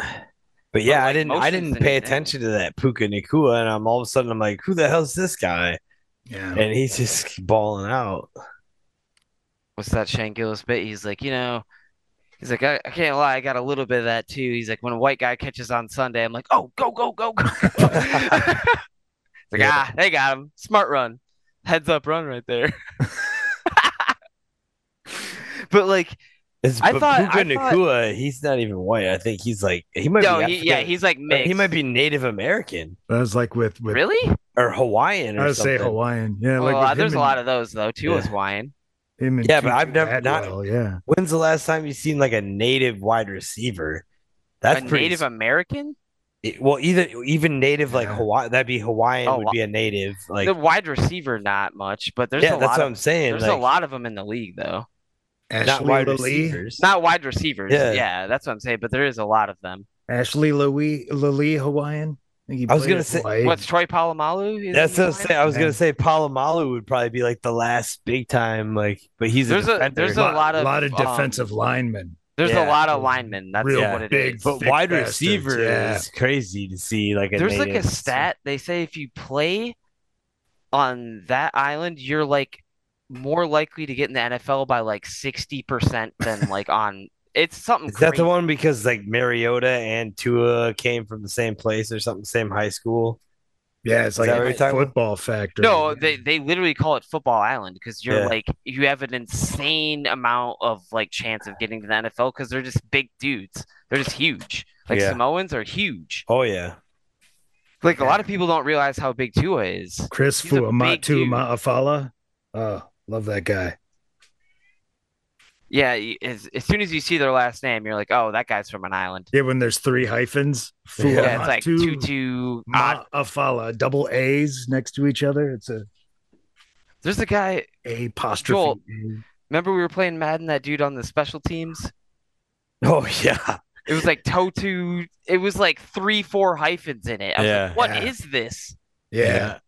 Speaker 4: But yeah, I
Speaker 3: like,
Speaker 4: didn't I
Speaker 3: motion's
Speaker 4: didn't
Speaker 3: the new
Speaker 4: pay
Speaker 3: thing.
Speaker 4: attention to that Puka Nakua and I'm all of a sudden I'm like, who the hell's this guy?
Speaker 2: Yeah.
Speaker 4: And he's just balling out.
Speaker 3: what's that Shane Gillis bit? He's like, you know, he's like, I, I can't lie, I got a little bit of that too. He's like, when a white guy catches on Sunday, I'm like, oh, go, go, go, go. it's
Speaker 4: *laughs*
Speaker 3: like,
Speaker 4: Yeah.
Speaker 3: ah, they got him. Smart run. Heads up run right there. *laughs* but like,
Speaker 4: It's
Speaker 3: I
Speaker 4: but
Speaker 3: thought-
Speaker 4: Puka
Speaker 3: I thought-
Speaker 4: Nakua, he's not even white. I think he's like he might
Speaker 3: no,
Speaker 4: be
Speaker 3: he, yeah,
Speaker 4: African-
Speaker 3: he's like mixed.
Speaker 4: he might be Native American
Speaker 2: That was like with with
Speaker 3: Really?
Speaker 4: or Hawaiian
Speaker 2: I
Speaker 4: or
Speaker 2: would say
Speaker 4: something.
Speaker 2: Hawaiian. Yeah.
Speaker 3: Well,
Speaker 2: Like with
Speaker 3: uh,
Speaker 2: him
Speaker 3: there's a
Speaker 2: and-
Speaker 3: lot of those though. Two
Speaker 4: Yeah.
Speaker 3: is Hawaiian.
Speaker 2: him and
Speaker 4: Yeah, but
Speaker 2: Tutu
Speaker 4: I've never- not-
Speaker 2: Atwell, yeah.
Speaker 4: When's the last time you seen like a native wide receiver? That's
Speaker 3: a
Speaker 4: pretty
Speaker 3: Native American.
Speaker 4: it- well, either even native like
Speaker 2: Yeah.
Speaker 4: Hawaii that'd be Hawaiian
Speaker 3: Oh,
Speaker 4: would be a native. Like
Speaker 3: the wide receiver, not much, but there's
Speaker 4: yeah,
Speaker 3: a
Speaker 4: that's
Speaker 3: lot of
Speaker 4: what I'm saying.
Speaker 3: there's
Speaker 4: like,
Speaker 3: a lot of them in the league though.
Speaker 4: not
Speaker 2: Ashley
Speaker 4: wide
Speaker 2: Lily.
Speaker 4: receivers.
Speaker 3: Not wide receivers.
Speaker 4: Yeah.
Speaker 3: Yeah. that's what I'm saying. But there is a lot of them.
Speaker 2: Ashley Louie Lily Hawaiian. I, think he
Speaker 4: I was
Speaker 2: played
Speaker 4: gonna
Speaker 2: at
Speaker 4: say-
Speaker 2: Hawaii.
Speaker 3: What's Troy Palomalu? Is
Speaker 4: That's
Speaker 3: he
Speaker 4: what I was
Speaker 3: Hawaiian?
Speaker 4: saying. I was
Speaker 2: Yeah.
Speaker 4: gonna say Palomalu would probably be like the last big time, like, but he's
Speaker 3: There's a-
Speaker 4: a, defender.
Speaker 3: there's a lot of, um,
Speaker 2: defensive linemen.
Speaker 3: There's a
Speaker 4: Yeah.
Speaker 3: lot of linemen. That's
Speaker 2: Real
Speaker 3: what it
Speaker 2: big,
Speaker 3: is.
Speaker 4: but
Speaker 2: thick
Speaker 4: wide
Speaker 2: bastards,
Speaker 4: receiver
Speaker 2: yeah.
Speaker 4: is crazy to see. Like a
Speaker 3: There's like a
Speaker 4: native-
Speaker 3: stat. They say if you play on that island, you're like more likely to get in the NFL by like sixty percent
Speaker 4: *laughs*
Speaker 3: than like on. It's something.
Speaker 4: Is that the
Speaker 3: crazy.
Speaker 4: one because like Mariota and Tua came from the same place or something, same high school?
Speaker 2: Yeah, it's
Speaker 4: Is
Speaker 2: like
Speaker 4: that what
Speaker 2: a
Speaker 4: you're talking about?
Speaker 2: football factor.
Speaker 3: No, they they literally call it Football Island because you're
Speaker 4: Yeah.
Speaker 3: like you have an insane amount of like chance of getting to the NFL because they're just big dudes. They're just huge. Like
Speaker 4: Yeah.
Speaker 3: Samoans are huge.
Speaker 4: Oh yeah,
Speaker 3: Like a lot of people don't realize how big Tua is.
Speaker 2: Chris
Speaker 3: He's a big
Speaker 2: Fuamatu
Speaker 3: dude.
Speaker 2: Maafala. Oh, love that guy.
Speaker 3: Yeah, y- as, as soon as you see their last name, you're like, oh, that guy's from an island.
Speaker 2: Yeah, when there's three hyphens,
Speaker 4: Yeah,
Speaker 3: Yeah, it's like two
Speaker 2: Fuamatu
Speaker 3: two. odd-
Speaker 2: Maafala, double A's next to each other. It's a
Speaker 3: There's a guy.
Speaker 2: A apostrophe.
Speaker 3: Joel.
Speaker 2: A.
Speaker 3: Remember we were playing Madden, that dude on the special teams.
Speaker 4: *laughs* oh yeah,
Speaker 3: It was like Totu. It was like three, four hyphens in it. I was
Speaker 4: Yeah.
Speaker 3: like, what
Speaker 2: Yeah.
Speaker 3: is this?
Speaker 2: Yeah,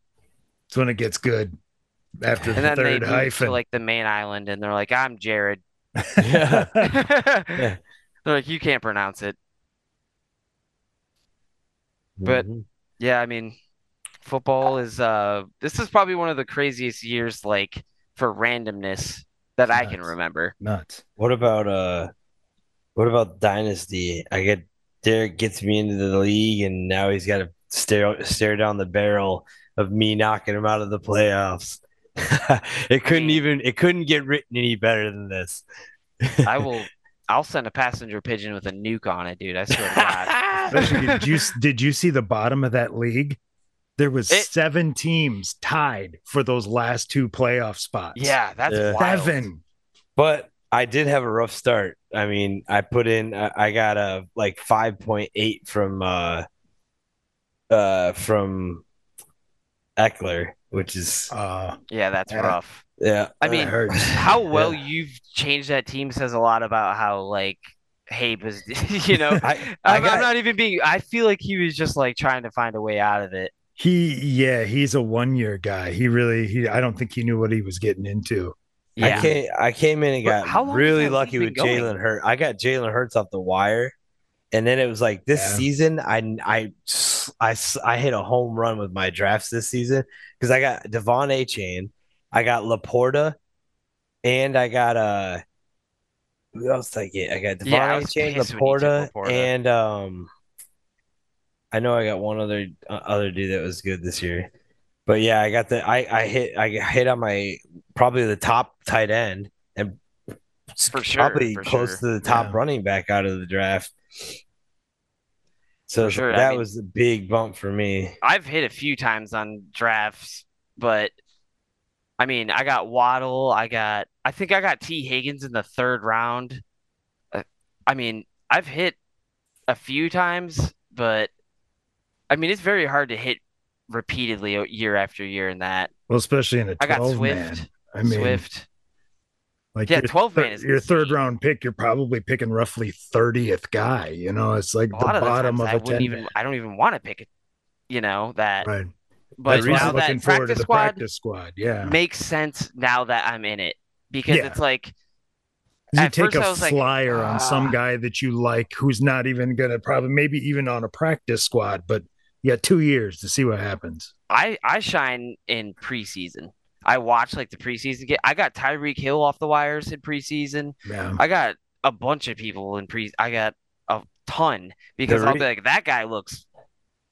Speaker 2: it's when it gets good. After
Speaker 3: And
Speaker 2: the
Speaker 3: then they
Speaker 2: third
Speaker 3: moved to
Speaker 2: hyphen,
Speaker 3: like the main island, and they're like,
Speaker 2: *laughs*
Speaker 3: I'm Jared.
Speaker 4: *laughs* yeah.
Speaker 3: they're like, you can't pronounce it. But-
Speaker 4: Mhm.
Speaker 3: Yeah, I mean, football is uh this is probably one of the craziest years like for randomness that I can
Speaker 2: Nuts.
Speaker 3: remember.
Speaker 2: nuts.
Speaker 4: what about uh, what about Dynasty? I get Derek gets me into the league, and now he's got to stare stare down the barrel of me knocking him out of the playoffs. *laughs* it couldn't
Speaker 3: mean-
Speaker 4: even it couldn't get written any better than this.
Speaker 3: I will I'll send a passenger pigeon with a nuke on it, dude. I swear to God.
Speaker 2: *laughs* Actually, did you did you see the bottom of that league? There was
Speaker 3: It-
Speaker 2: seven teams tied for those last two playoff spots.
Speaker 3: Yeah, that's
Speaker 4: Yeah.
Speaker 3: wild.
Speaker 2: seven.
Speaker 4: But I did have a rough start. I mean, I put in I, I got a like 5.8 from uh uh from Eckler, which is
Speaker 2: Uh,
Speaker 3: Yeah, that's
Speaker 4: Yeah.
Speaker 3: rough.
Speaker 4: yeah.
Speaker 3: I
Speaker 4: that
Speaker 3: mean,
Speaker 4: hurts.
Speaker 3: How well
Speaker 4: Yeah.
Speaker 3: you've changed that team says a lot about how like Habe is. *laughs* You know,
Speaker 4: I, I
Speaker 3: I'm,
Speaker 4: got,
Speaker 3: I'm not even being. I feel like he was just like trying to find a way out of it.
Speaker 2: he yeah, he's a one year guy. He really he I don't think he knew what he was getting into.
Speaker 4: I
Speaker 3: Yeah,
Speaker 4: came I came in and
Speaker 3: But
Speaker 4: got
Speaker 3: how long has
Speaker 4: really
Speaker 3: that
Speaker 4: lucky with
Speaker 3: league been going?
Speaker 4: Jalen Hurts. I got Jalen Hurts off the wire. And then it was like this
Speaker 2: Yeah.
Speaker 4: season, I, I s- I s- I hit a home run with my drafts this season because I got Devon A. Chain, I got Laporta, and I got uh who else did I get? I got Devon
Speaker 3: Yeah, I
Speaker 4: A.
Speaker 3: was
Speaker 4: Chain,
Speaker 3: pissed when you took
Speaker 4: Laporta,
Speaker 3: Laporta.
Speaker 4: and um I know I got one other uh, other dude that was good this year. But yeah, I got the I I hit I hit on my probably the top tight end and
Speaker 3: For sure,
Speaker 4: probably
Speaker 3: for
Speaker 4: close
Speaker 3: sure.
Speaker 4: to the top
Speaker 2: Yeah.
Speaker 4: running back out of the draft. So
Speaker 3: For sure, I
Speaker 4: that
Speaker 3: mean-
Speaker 4: was a big bump for me.
Speaker 3: I've hit a few times on drafts, but I mean, I got Waddle. I got. I think I got T. Higgins in the third round. Uh, I mean, I've hit a few times, but I mean, it's very hard to hit repeatedly o- year after year in that.
Speaker 2: Well, especially in a
Speaker 3: I got
Speaker 2: twelve
Speaker 3: Swift.
Speaker 2: man. I mean,
Speaker 3: Swift.
Speaker 2: like
Speaker 3: Yeah,
Speaker 2: your
Speaker 3: 12 man
Speaker 2: thir-
Speaker 3: is
Speaker 2: your third
Speaker 3: insane.
Speaker 2: round pick, you're probably picking roughly thirtieth guy. You know, it's like
Speaker 3: A
Speaker 2: the
Speaker 3: lot of the
Speaker 2: bottom
Speaker 3: times
Speaker 2: of
Speaker 3: I
Speaker 2: a
Speaker 3: wouldn't
Speaker 2: ten.
Speaker 3: even. I don't even want to pick it. You know that,
Speaker 2: right.
Speaker 3: but
Speaker 2: That's why
Speaker 3: now
Speaker 2: I'm looking
Speaker 3: that
Speaker 2: forward to
Speaker 3: practice
Speaker 2: the
Speaker 3: squad
Speaker 2: practice squad. Yeah.
Speaker 3: makes sense now that I'm in it because
Speaker 2: Yeah.
Speaker 3: it's like
Speaker 2: you
Speaker 3: At
Speaker 2: take
Speaker 3: first I
Speaker 2: a
Speaker 3: was like,
Speaker 2: flyer on some
Speaker 3: "Ah."
Speaker 2: guy that you like who's not even gonna probably maybe even on a practice squad but you got two years to see what happens
Speaker 3: I I shine in preseason. I watch like the preseason game. I got Tyreek Hill off the wires in preseason.
Speaker 2: yeah
Speaker 3: I got a bunch of people in pre. I got a ton because
Speaker 4: The
Speaker 3: I'll
Speaker 4: re-
Speaker 3: be like, that guy looks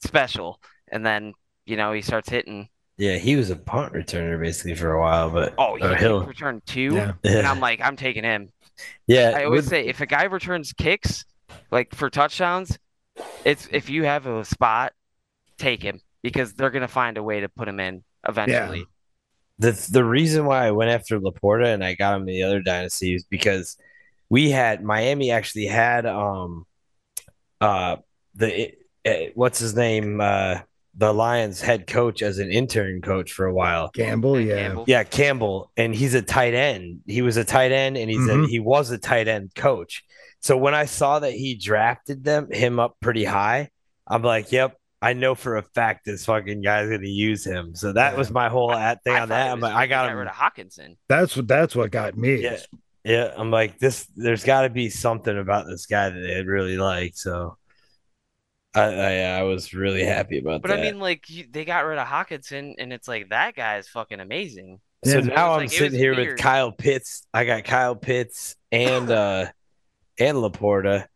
Speaker 3: special, and then you know he starts hitting.
Speaker 4: Yeah, he was a punt returner basically for a while, but
Speaker 3: Oh, he
Speaker 4: or
Speaker 3: kick
Speaker 4: Hill.
Speaker 3: returned two,
Speaker 2: Uh, yeah Uh,
Speaker 3: and I'm like, I'm taking him.
Speaker 4: *laughs* yeah,
Speaker 3: I always
Speaker 4: with-
Speaker 3: say if a guy returns kicks, like for touchdowns, it's if you have a spot, take him because they're gonna find a way to put him in eventually.
Speaker 4: the the reason why I went after Laporta and I got him the other dynasty is because we had Miami actually had um uh the uh, what's his name uh the Lions head coach as an intern coach for a while.
Speaker 2: gamble Oh, yeah
Speaker 3: Campbell.
Speaker 4: Yeah, Campbell, and he's a tight end. He was a tight end, and he's a,
Speaker 3: Mm-hmm.
Speaker 2: Mhm.
Speaker 4: he was a tight end coach. So when I saw that he drafted them him up pretty high, I'm like, "Yep, I know for a fact this fucking guy's gonna use him." So that was my whole at thing
Speaker 3: I
Speaker 4: on
Speaker 3: thought
Speaker 4: that.
Speaker 3: it
Speaker 4: I'm
Speaker 3: was
Speaker 4: like, I
Speaker 3: because
Speaker 4: got
Speaker 3: rid
Speaker 4: him.
Speaker 3: of Hawkinson.
Speaker 2: that's what that's what got me
Speaker 4: Yeah, yeah. I'm like, this. There's got to be something about this guy that they really like. So I I, I was really happy about
Speaker 3: But
Speaker 4: that.
Speaker 3: I mean, like you, they got rid of Hawkinson, and it's like that guy is fucking amazing. *laughs*
Speaker 4: So
Speaker 2: Yeah.
Speaker 3: It
Speaker 4: now
Speaker 3: was
Speaker 4: I'm
Speaker 3: like- it
Speaker 4: sitting
Speaker 3: was
Speaker 4: here with
Speaker 3: weird.
Speaker 4: Kyle Pitts. I got Kyle Pitts
Speaker 3: *laughs*
Speaker 4: and uh and Laporta.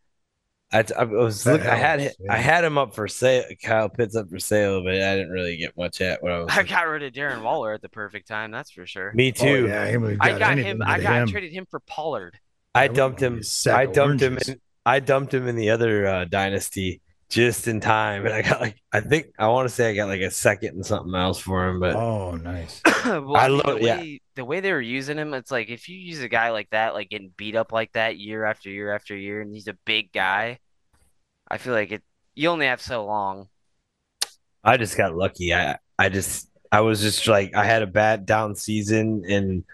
Speaker 4: I, I was
Speaker 2: That
Speaker 4: look, I had
Speaker 2: helps,
Speaker 4: hi- I
Speaker 2: yeah.
Speaker 4: had him up for sale. Kyle Pitts up for sale, but I didn't really get much at what I was.
Speaker 3: I got rid of Darren Waller at the perfect time. That's for sure.
Speaker 4: Me
Speaker 2: Oh,
Speaker 4: too.
Speaker 2: yeah, he would've
Speaker 3: I got
Speaker 2: anything
Speaker 3: him.
Speaker 2: but
Speaker 3: I got I traded him for
Speaker 4: *coughs*
Speaker 3: Pollard. *coughs*
Speaker 4: I
Speaker 2: That would
Speaker 4: dumped
Speaker 2: be
Speaker 4: him.
Speaker 2: a sack
Speaker 4: I
Speaker 2: of
Speaker 4: dumped him.
Speaker 2: oranges.
Speaker 4: In, I dumped him in the other uh, dynasty just in time, and I got like I think I want to say I got like a second and something else for him, but
Speaker 2: oh nice
Speaker 3: well,
Speaker 4: I
Speaker 3: mean,
Speaker 4: love-
Speaker 3: the
Speaker 4: yeah.
Speaker 3: way, the way they were using him. It's like if you use a guy like that, like getting beat up like that year after year after year, and he's a big guy. I feel like it. You only have so long.
Speaker 4: I just got lucky. I I just I was just like I had a bad down season and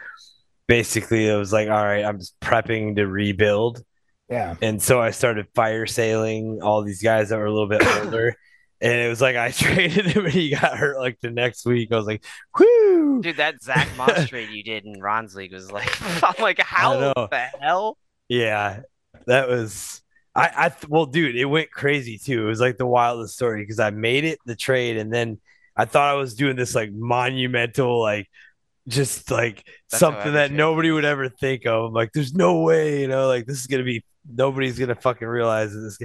Speaker 4: basically it was like all right, I'm just prepping to rebuild.
Speaker 2: yeah
Speaker 4: And so I started fire sailing all these guys that were a little bit older. And it was like I *laughs* traded him and he got hurt like the next week. I was like, whoo.
Speaker 3: Dude, that
Speaker 4: *laughs*
Speaker 3: Zach Moss trade you did in Ron's league was like, *laughs* I'm like, how
Speaker 4: know.
Speaker 3: the hell?
Speaker 4: Yeah. That was I, I th- well, dude, it went crazy too. It was like the wildest story because I made it the trade and then I thought I was doing this like monumental, like just like
Speaker 3: That's how
Speaker 4: something
Speaker 3: every
Speaker 4: that
Speaker 3: trade
Speaker 4: nobody would ever think of. I'm like, there's no way, you know, like this is gonna be nobody's gonna fucking realize this.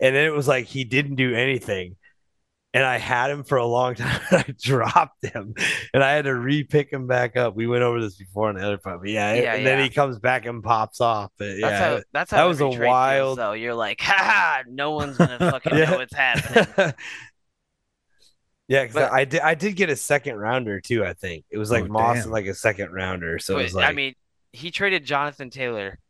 Speaker 4: And then it was like he didn't do anything. and I had him for a long *laughs* time. And I dropped him, and I had to re-pick him back up. We went over this before on the other part, but yeah,
Speaker 3: Yeah,
Speaker 4: and then
Speaker 3: yeah.
Speaker 4: he comes back and pops off. But
Speaker 3: That's
Speaker 4: yeah,
Speaker 3: how. That's
Speaker 4: that
Speaker 3: how.
Speaker 4: was
Speaker 3: every
Speaker 4: a
Speaker 3: trade feels,
Speaker 4: wild-
Speaker 3: Though you're like, *laughs* ha ha, no one's
Speaker 4: *laughs*
Speaker 3: gonna fucking
Speaker 4: Yeah.
Speaker 3: know what's happening.
Speaker 4: yeah, 'cause
Speaker 3: But-
Speaker 4: I did. I did get a second rounder too. I think it was like
Speaker 2: Oh,
Speaker 4: Moss
Speaker 2: damn.
Speaker 4: and like a second rounder. *laughs* So it
Speaker 3: Wait,
Speaker 4: was like,
Speaker 3: I mean, he traded Jonathan Taylor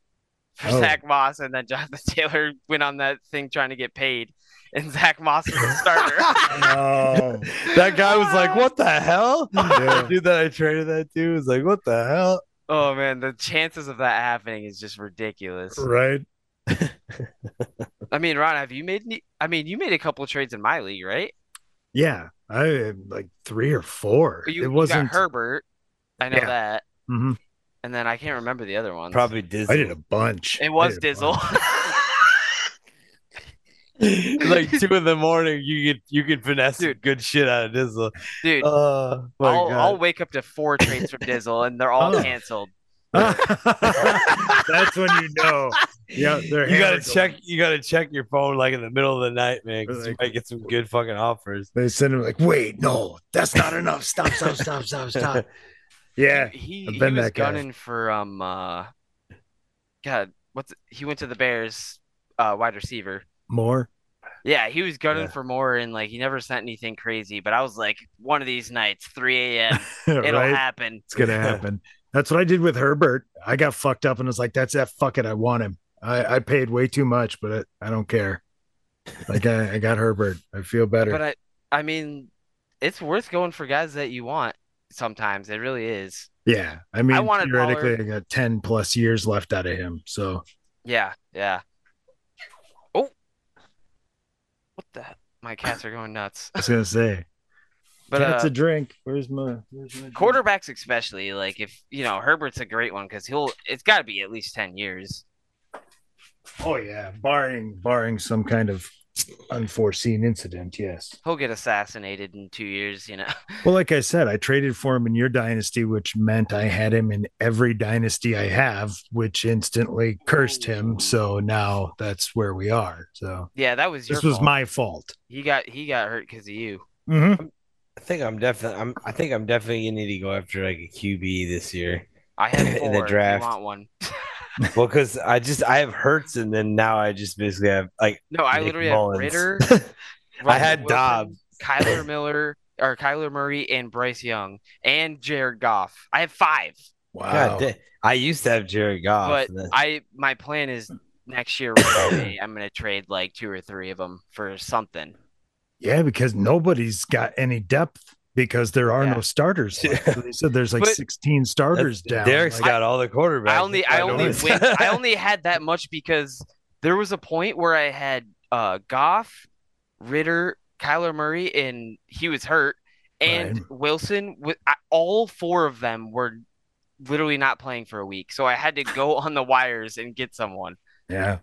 Speaker 3: for
Speaker 2: Oh.
Speaker 3: Zach Moss, and then Jonathan *laughs* Taylor went on that thing trying to get paid, and Zach Moss was the starter.
Speaker 4: *laughs*
Speaker 3: *laughs*
Speaker 2: Oh,
Speaker 4: that guy was like, "What the hell?"
Speaker 2: *laughs*
Speaker 4: *laughs*
Speaker 2: yeah.
Speaker 4: Dude, that I traded that to was like, "What the hell?"
Speaker 3: oh man, the chances of that happening is just ridiculous.
Speaker 2: *laughs* right.
Speaker 3: I mean, Ron, have you made? Any, I mean, you made a couple trades in my league, right?
Speaker 2: Yeah, I had, like three or four.
Speaker 3: But You,
Speaker 2: it
Speaker 3: you
Speaker 2: wasn't.
Speaker 3: got Herbert. I know
Speaker 2: Yeah.
Speaker 3: that,
Speaker 2: Mhm.
Speaker 3: and then I can't remember the other ones.
Speaker 4: Probably Disney.
Speaker 2: I did a bunch. I
Speaker 3: It was
Speaker 2: did a
Speaker 3: Dizzle. *laughs*
Speaker 2: bunch.
Speaker 4: *laughs* like two in the morning, you could you could finesse some
Speaker 3: Dude.
Speaker 4: good shit out of Dizzle.
Speaker 3: Dude,
Speaker 4: Oh my
Speaker 3: I'll, I'll
Speaker 4: god!
Speaker 3: wake up to four trades from Dizzle, and they're all
Speaker 2: Oh.
Speaker 3: canceled.
Speaker 2: *laughs* That's when you know. Yeah, they're
Speaker 4: you gotta
Speaker 2: hammered.
Speaker 4: check. You gotta check your phone like in the middle of the night, man, because you
Speaker 2: Like-
Speaker 4: might get some good fucking offers.
Speaker 2: They send him like, wait, no, that's not enough. Stop, stop, stop, stop, stop. *laughs* Yeah,
Speaker 3: Dude, he,
Speaker 2: I've
Speaker 3: he
Speaker 2: been
Speaker 3: was
Speaker 2: that guy.
Speaker 3: gunning for um uh God, what's he went to the Bears uh wide receiver.
Speaker 2: more.
Speaker 3: Yeah, he was gunning
Speaker 4: Yeah.
Speaker 3: for more and like he never sent anything crazy, but I was like, one of these nights, three AM, it'll
Speaker 2: *laughs* *laughs* right?
Speaker 3: happen.
Speaker 2: It's gonna happen. That's what I did with Herbert. I got fucked up and was like, that's that. Fuck it, I want him. I, I paid way too much, but I, I don't care. Like I, I got Herbert. I feel better.
Speaker 3: But I I mean, it's worth going for guys that you want sometimes. It really is.
Speaker 2: Yeah, I mean,
Speaker 3: wanted
Speaker 2: theoretically,
Speaker 3: Pollard.
Speaker 2: I got ten plus years left out of him. So
Speaker 3: Yeah, yeah. Oh what the my cats are going nuts.
Speaker 2: I was gonna say,
Speaker 3: *laughs* But uh,
Speaker 2: that's a drink. Where's my, where's my drink?
Speaker 3: quarterbacks especially like if you know herbert's a great one because he'll it's got to be at least 10 years
Speaker 2: Oh yeah, barring barring some kind of unforeseen incident. Yes.
Speaker 3: he'll get assassinated in two years you know *laughs*
Speaker 2: Well, like I said, I traded for him in your dynasty, which meant I had him in every dynasty I have, which instantly
Speaker 3: Oh,
Speaker 2: cursed him. So now that's where we are. So
Speaker 3: yeah that was your
Speaker 2: this was
Speaker 3: fault.
Speaker 2: my fault.
Speaker 3: he got he got hurt because of you
Speaker 2: Mhm.
Speaker 4: I think I'm definitely. I'm. I think I'm definitely gonna need to go after like a QB this year.
Speaker 3: i had four
Speaker 4: *laughs* In the
Speaker 3: if
Speaker 4: draft.
Speaker 3: you want one *laughs*
Speaker 4: well, because I just I have Hurts, and then now I just basically have like
Speaker 3: no i
Speaker 4: Nick
Speaker 3: literally
Speaker 4: Mullins.
Speaker 3: have ritter
Speaker 4: *laughs* I had
Speaker 3: Russell
Speaker 4: Dobbs.
Speaker 3: kyler miller or kyler murray and bryce young and jared goff i have five
Speaker 2: Wow.
Speaker 4: God, da- I used to have Jared Goff.
Speaker 3: but
Speaker 4: and then-
Speaker 3: i my plan is next year Wednesday, i'm gonna trade like two or three of them for something
Speaker 4: *laughs*
Speaker 2: Yeah, because nobody's got any depth because there are
Speaker 3: Yeah.
Speaker 2: no starters.
Speaker 4: *laughs*
Speaker 2: left. So they said there's like
Speaker 3: But-
Speaker 2: 16 starters
Speaker 4: That's-
Speaker 2: down.
Speaker 4: Derek's
Speaker 2: Like,
Speaker 4: got all the quarterbacks.
Speaker 3: I only I
Speaker 4: That's why
Speaker 3: only
Speaker 4: nobody's-
Speaker 3: went,
Speaker 4: *laughs*
Speaker 3: I only had that much because there was a point where I had uh Goff, Ritter, Kyler Murray, and he was hurt, and
Speaker 2: Right.
Speaker 3: Wilson. With I, all four of them were literally not playing for a week, so I had to go *laughs* on the wires and get someone.
Speaker 2: yeah.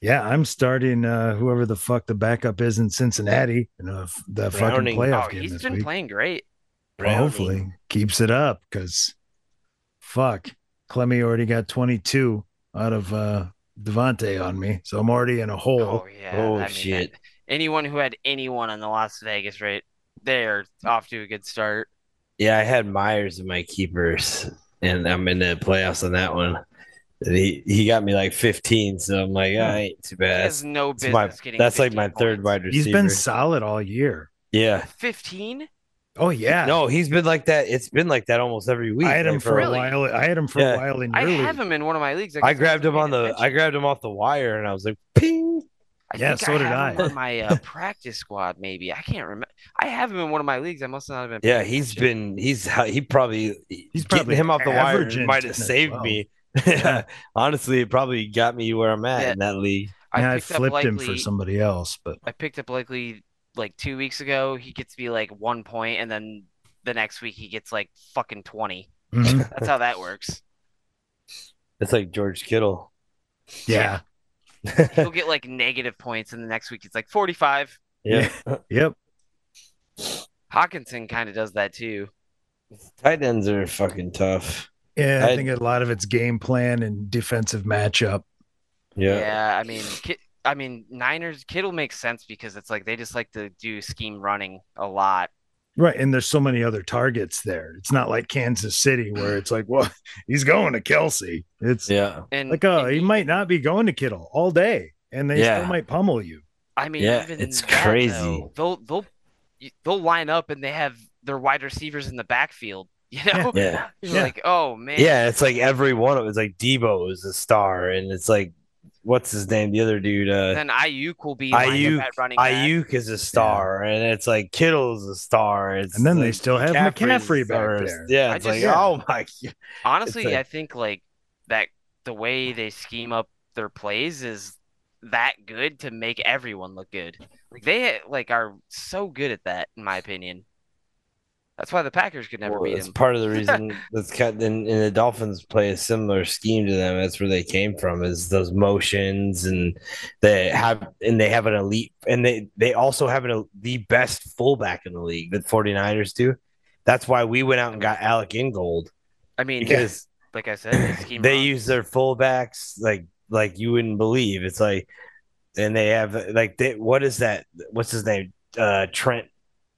Speaker 2: Yeah, I'm starting uh, whoever the fuck the backup is in Cincinnati in a, the
Speaker 4: Browning.
Speaker 2: fucking playoff
Speaker 3: oh,
Speaker 2: game
Speaker 3: he's
Speaker 2: this
Speaker 3: been
Speaker 2: week.
Speaker 3: playing great.
Speaker 2: *laughs* Well, hopefully keeps it up because fuck, Clemmy already got 22 out of uh, Devontae on me, so I'm already in a hole.
Speaker 3: Oh yeah.
Speaker 4: oh,
Speaker 3: that-
Speaker 4: shit.
Speaker 3: anyone who had anyone on the Las Vegas right they're off to a good start.
Speaker 4: Yeah, I had Myers in my keepers, and I'm in the playoffs on that one. And he he got me like 15, so I'm like, I ain't too
Speaker 3: Hmm. He
Speaker 4: bad.
Speaker 3: has
Speaker 4: That's,
Speaker 3: no
Speaker 4: that's
Speaker 3: business
Speaker 4: my,
Speaker 3: getting.
Speaker 4: that's like
Speaker 3: 15
Speaker 4: my third
Speaker 3: points.
Speaker 4: wide receiver.
Speaker 2: He's been solid all year.
Speaker 4: yeah.
Speaker 3: Fifteen.
Speaker 2: Oh yeah,
Speaker 4: No, he's been like that. It's been like that almost every week.
Speaker 2: I had
Speaker 4: like,
Speaker 2: him for
Speaker 3: Really?
Speaker 2: a while. I had him for
Speaker 4: Yeah.
Speaker 2: a while in your
Speaker 3: I
Speaker 2: league.
Speaker 3: have him in one of my leagues.
Speaker 4: I
Speaker 3: guess
Speaker 4: grabbed
Speaker 3: wasn't
Speaker 4: him on
Speaker 3: paying
Speaker 4: the I
Speaker 3: attention.
Speaker 4: grabbed him off the wire, and I was like, ping.
Speaker 3: I
Speaker 2: Yeah,
Speaker 3: think
Speaker 2: so did
Speaker 3: have him
Speaker 2: I.
Speaker 3: on my
Speaker 4: *laughs*
Speaker 3: uh, practice squad, maybe I can't remember. I have him in one of my leagues. I must not have been.
Speaker 4: Yeah,
Speaker 3: paying
Speaker 4: he's
Speaker 3: attention.
Speaker 4: been he's he probably
Speaker 2: probably
Speaker 4: he's probably him off the wire
Speaker 2: averaging
Speaker 4: might
Speaker 2: 10
Speaker 4: have
Speaker 2: as
Speaker 4: saved
Speaker 2: well.
Speaker 4: me. *laughs* Honestly, it probably got me where I'm at
Speaker 3: Yeah.
Speaker 4: in that league.
Speaker 2: And
Speaker 3: I
Speaker 2: I,
Speaker 3: picked
Speaker 2: flipped
Speaker 3: up likely,
Speaker 2: him for somebody else, but
Speaker 3: I picked up likely like two weeks ago. He gets me like one point, and then the next week he gets like fucking twenty. *laughs*
Speaker 2: Mhm.
Speaker 3: That's how that works.
Speaker 4: It's like George
Speaker 2: *laughs*
Speaker 4: Kittle.
Speaker 2: yeah,
Speaker 3: He'll get like negative points, and the next week it's like forty-five.
Speaker 4: Yeah.
Speaker 2: yep.
Speaker 3: Hawkinson kind of does that too.
Speaker 4: Tight ends are fucking tough.
Speaker 2: Yeah, I,
Speaker 4: I-
Speaker 2: think a lot of it's game plan and defensive matchup.
Speaker 4: Yeah.
Speaker 3: Yeah, I mean, Ki- I mean, Niners Kittle makes sense because it's like they just like to do scheme running a lot.
Speaker 2: Right. And there's so many other targets there. It's not like Kansas City where it's like, well, *laughs* he's going to Kelsey. It's
Speaker 4: Yeah.
Speaker 3: And
Speaker 2: like,
Speaker 4: uh,
Speaker 2: oh,
Speaker 3: and
Speaker 2: he
Speaker 3: e-
Speaker 2: might not be going to Kittle all day and they
Speaker 4: Yeah.
Speaker 2: still might pummel you.
Speaker 3: I mean,
Speaker 4: Yeah,
Speaker 3: even
Speaker 4: it's
Speaker 3: that, though,
Speaker 4: crazy.
Speaker 3: they'll they'll y- they'll line up and they have their wide receivers in the backfield. *laughs* You know,
Speaker 4: Yeah.
Speaker 3: You're
Speaker 2: Yeah.
Speaker 3: like oh man,
Speaker 4: Yeah. It's like every one of it's like Debo is a star, and it's like what's his name? The other dude, uh
Speaker 3: Then Ayuk will be lined
Speaker 4: Ayuk.
Speaker 3: up at running back.
Speaker 4: Ayuk is a star, and it's like Kittle is a star. It's
Speaker 2: And then they
Speaker 4: like
Speaker 2: still have
Speaker 4: McCaffrey's a
Speaker 2: McCaffrey
Speaker 4: star.
Speaker 2: back there.
Speaker 4: Yeah,
Speaker 3: I
Speaker 4: it's
Speaker 3: just-
Speaker 4: like
Speaker 2: yeah.
Speaker 4: oh my god.
Speaker 3: Honestly,
Speaker 4: like-
Speaker 3: I think like that the way they scheme up their plays is that good to make everyone look good. Like they like are so good at that, in my opinion. That's why the Packers could never
Speaker 4: Well,
Speaker 3: beat
Speaker 4: It's
Speaker 3: them.
Speaker 4: part of
Speaker 3: *laughs*
Speaker 4: the reason that's cut and, and the Dolphins play a similar scheme to them. That's where they came from is those motions and they have and they have an elite and they they also have an, the best fullback in the league that 49ers do. That's why we went out and got Alec Ingold
Speaker 3: I mean,
Speaker 4: because
Speaker 3: like I said, they scheme.
Speaker 4: they
Speaker 3: up.
Speaker 4: use their fullbacks like like you wouldn't believe. It's like and they have like they, what is that? What's his name? Uh Trent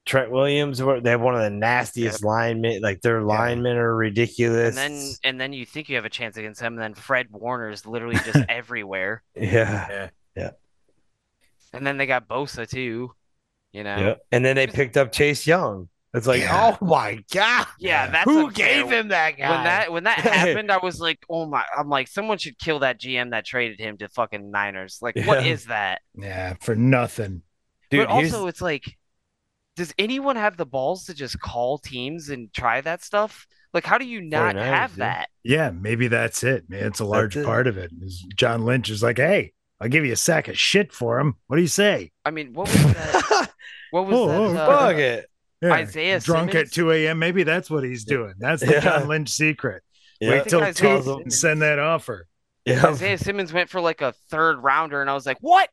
Speaker 4: Trent Williams. or- They have one of the nastiest linemen. Like their linemen are ridiculous.
Speaker 3: and then and then you think you have a chance against him, and then Fred Warner is literally
Speaker 4: *laughs*
Speaker 3: just everywhere.
Speaker 4: yeah.
Speaker 3: And then they got Bosa too. You know.
Speaker 4: yeah. And then they picked up Chase Young. It's like,
Speaker 2: Yeah.
Speaker 4: oh my god.
Speaker 3: Yeah, that's
Speaker 4: Who
Speaker 3: unfair.
Speaker 4: gave him that guy?
Speaker 3: When that
Speaker 4: *laughs*
Speaker 3: when that happened, I was like, "Oh my!" I'm like, someone should kill that GM that traded him to fucking Niners. Like, what
Speaker 4: Yeah.
Speaker 3: is that?
Speaker 2: Yeah, for nothing.
Speaker 4: Dude,
Speaker 3: but
Speaker 4: here's-
Speaker 3: also, *laughs* it's like, does anyone have the balls to just call teams and try that stuff? Like, how do you not
Speaker 4: 49ers,
Speaker 3: have
Speaker 4: dude.
Speaker 3: that?
Speaker 2: Yeah, maybe that's it, man. It's a large
Speaker 4: it.
Speaker 2: part of it. Is John Lynch is like, hey, I'll give you a sack of shit for him. What do you say?
Speaker 3: I mean, what was that?
Speaker 4: *laughs*
Speaker 3: What was
Speaker 2: Oh, oh,
Speaker 3: that? uh,
Speaker 4: *laughs* fuck it.
Speaker 2: Yeah,
Speaker 3: Isaiah
Speaker 2: drunk
Speaker 3: Simmons?
Speaker 2: at 2 a.m. Maybe that's what he's
Speaker 4: Yeah.
Speaker 2: doing. That's the
Speaker 4: Yeah.
Speaker 2: John Lynch secret.
Speaker 4: Yeah.
Speaker 2: Wait till
Speaker 3: Isaiah
Speaker 2: two
Speaker 4: Simmons.
Speaker 2: and send that offer.
Speaker 4: Yeah.
Speaker 3: Isaiah Simmons went for like a third rounder, and I was like, what?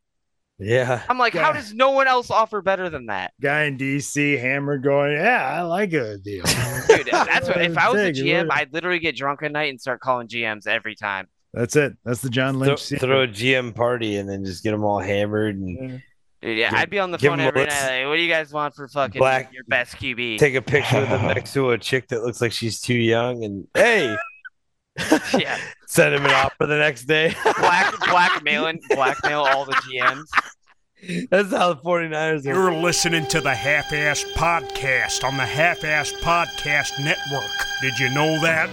Speaker 4: yeah.
Speaker 3: I'm like, how
Speaker 2: Yeah.
Speaker 3: does no one else offer better than that?
Speaker 2: Guy in DC hammer going, yeah, I like a
Speaker 4: *laughs*
Speaker 2: deal.
Speaker 3: Dude, that's what,
Speaker 2: what I'm
Speaker 3: if I was a
Speaker 2: saying, you
Speaker 3: GM,
Speaker 2: would've-
Speaker 3: I'd literally get drunk at night and start calling GMs every time.
Speaker 2: That's it. That's the John
Speaker 4: Throw,
Speaker 2: Lynch
Speaker 4: throw
Speaker 2: secret.
Speaker 4: a GM party and then just get them all hammered and
Speaker 3: Dude, yeah,
Speaker 4: Give-
Speaker 3: I'd be on the
Speaker 4: give
Speaker 3: phone
Speaker 4: him a
Speaker 3: every
Speaker 4: list.
Speaker 3: night. Like, what do you guys want for fucking
Speaker 4: Black-
Speaker 3: your best QB?
Speaker 4: take a picture of them next to a chick that looks like she's too young and hey
Speaker 3: *laughs* yeah,
Speaker 4: send him an offer the next day *laughs*
Speaker 3: black blackmailing, blackmail all the GMs.
Speaker 4: that's how the 49ers are
Speaker 5: You're listening to the Half Ass Podcast on the Half Ass Podcast Network. Did you know that?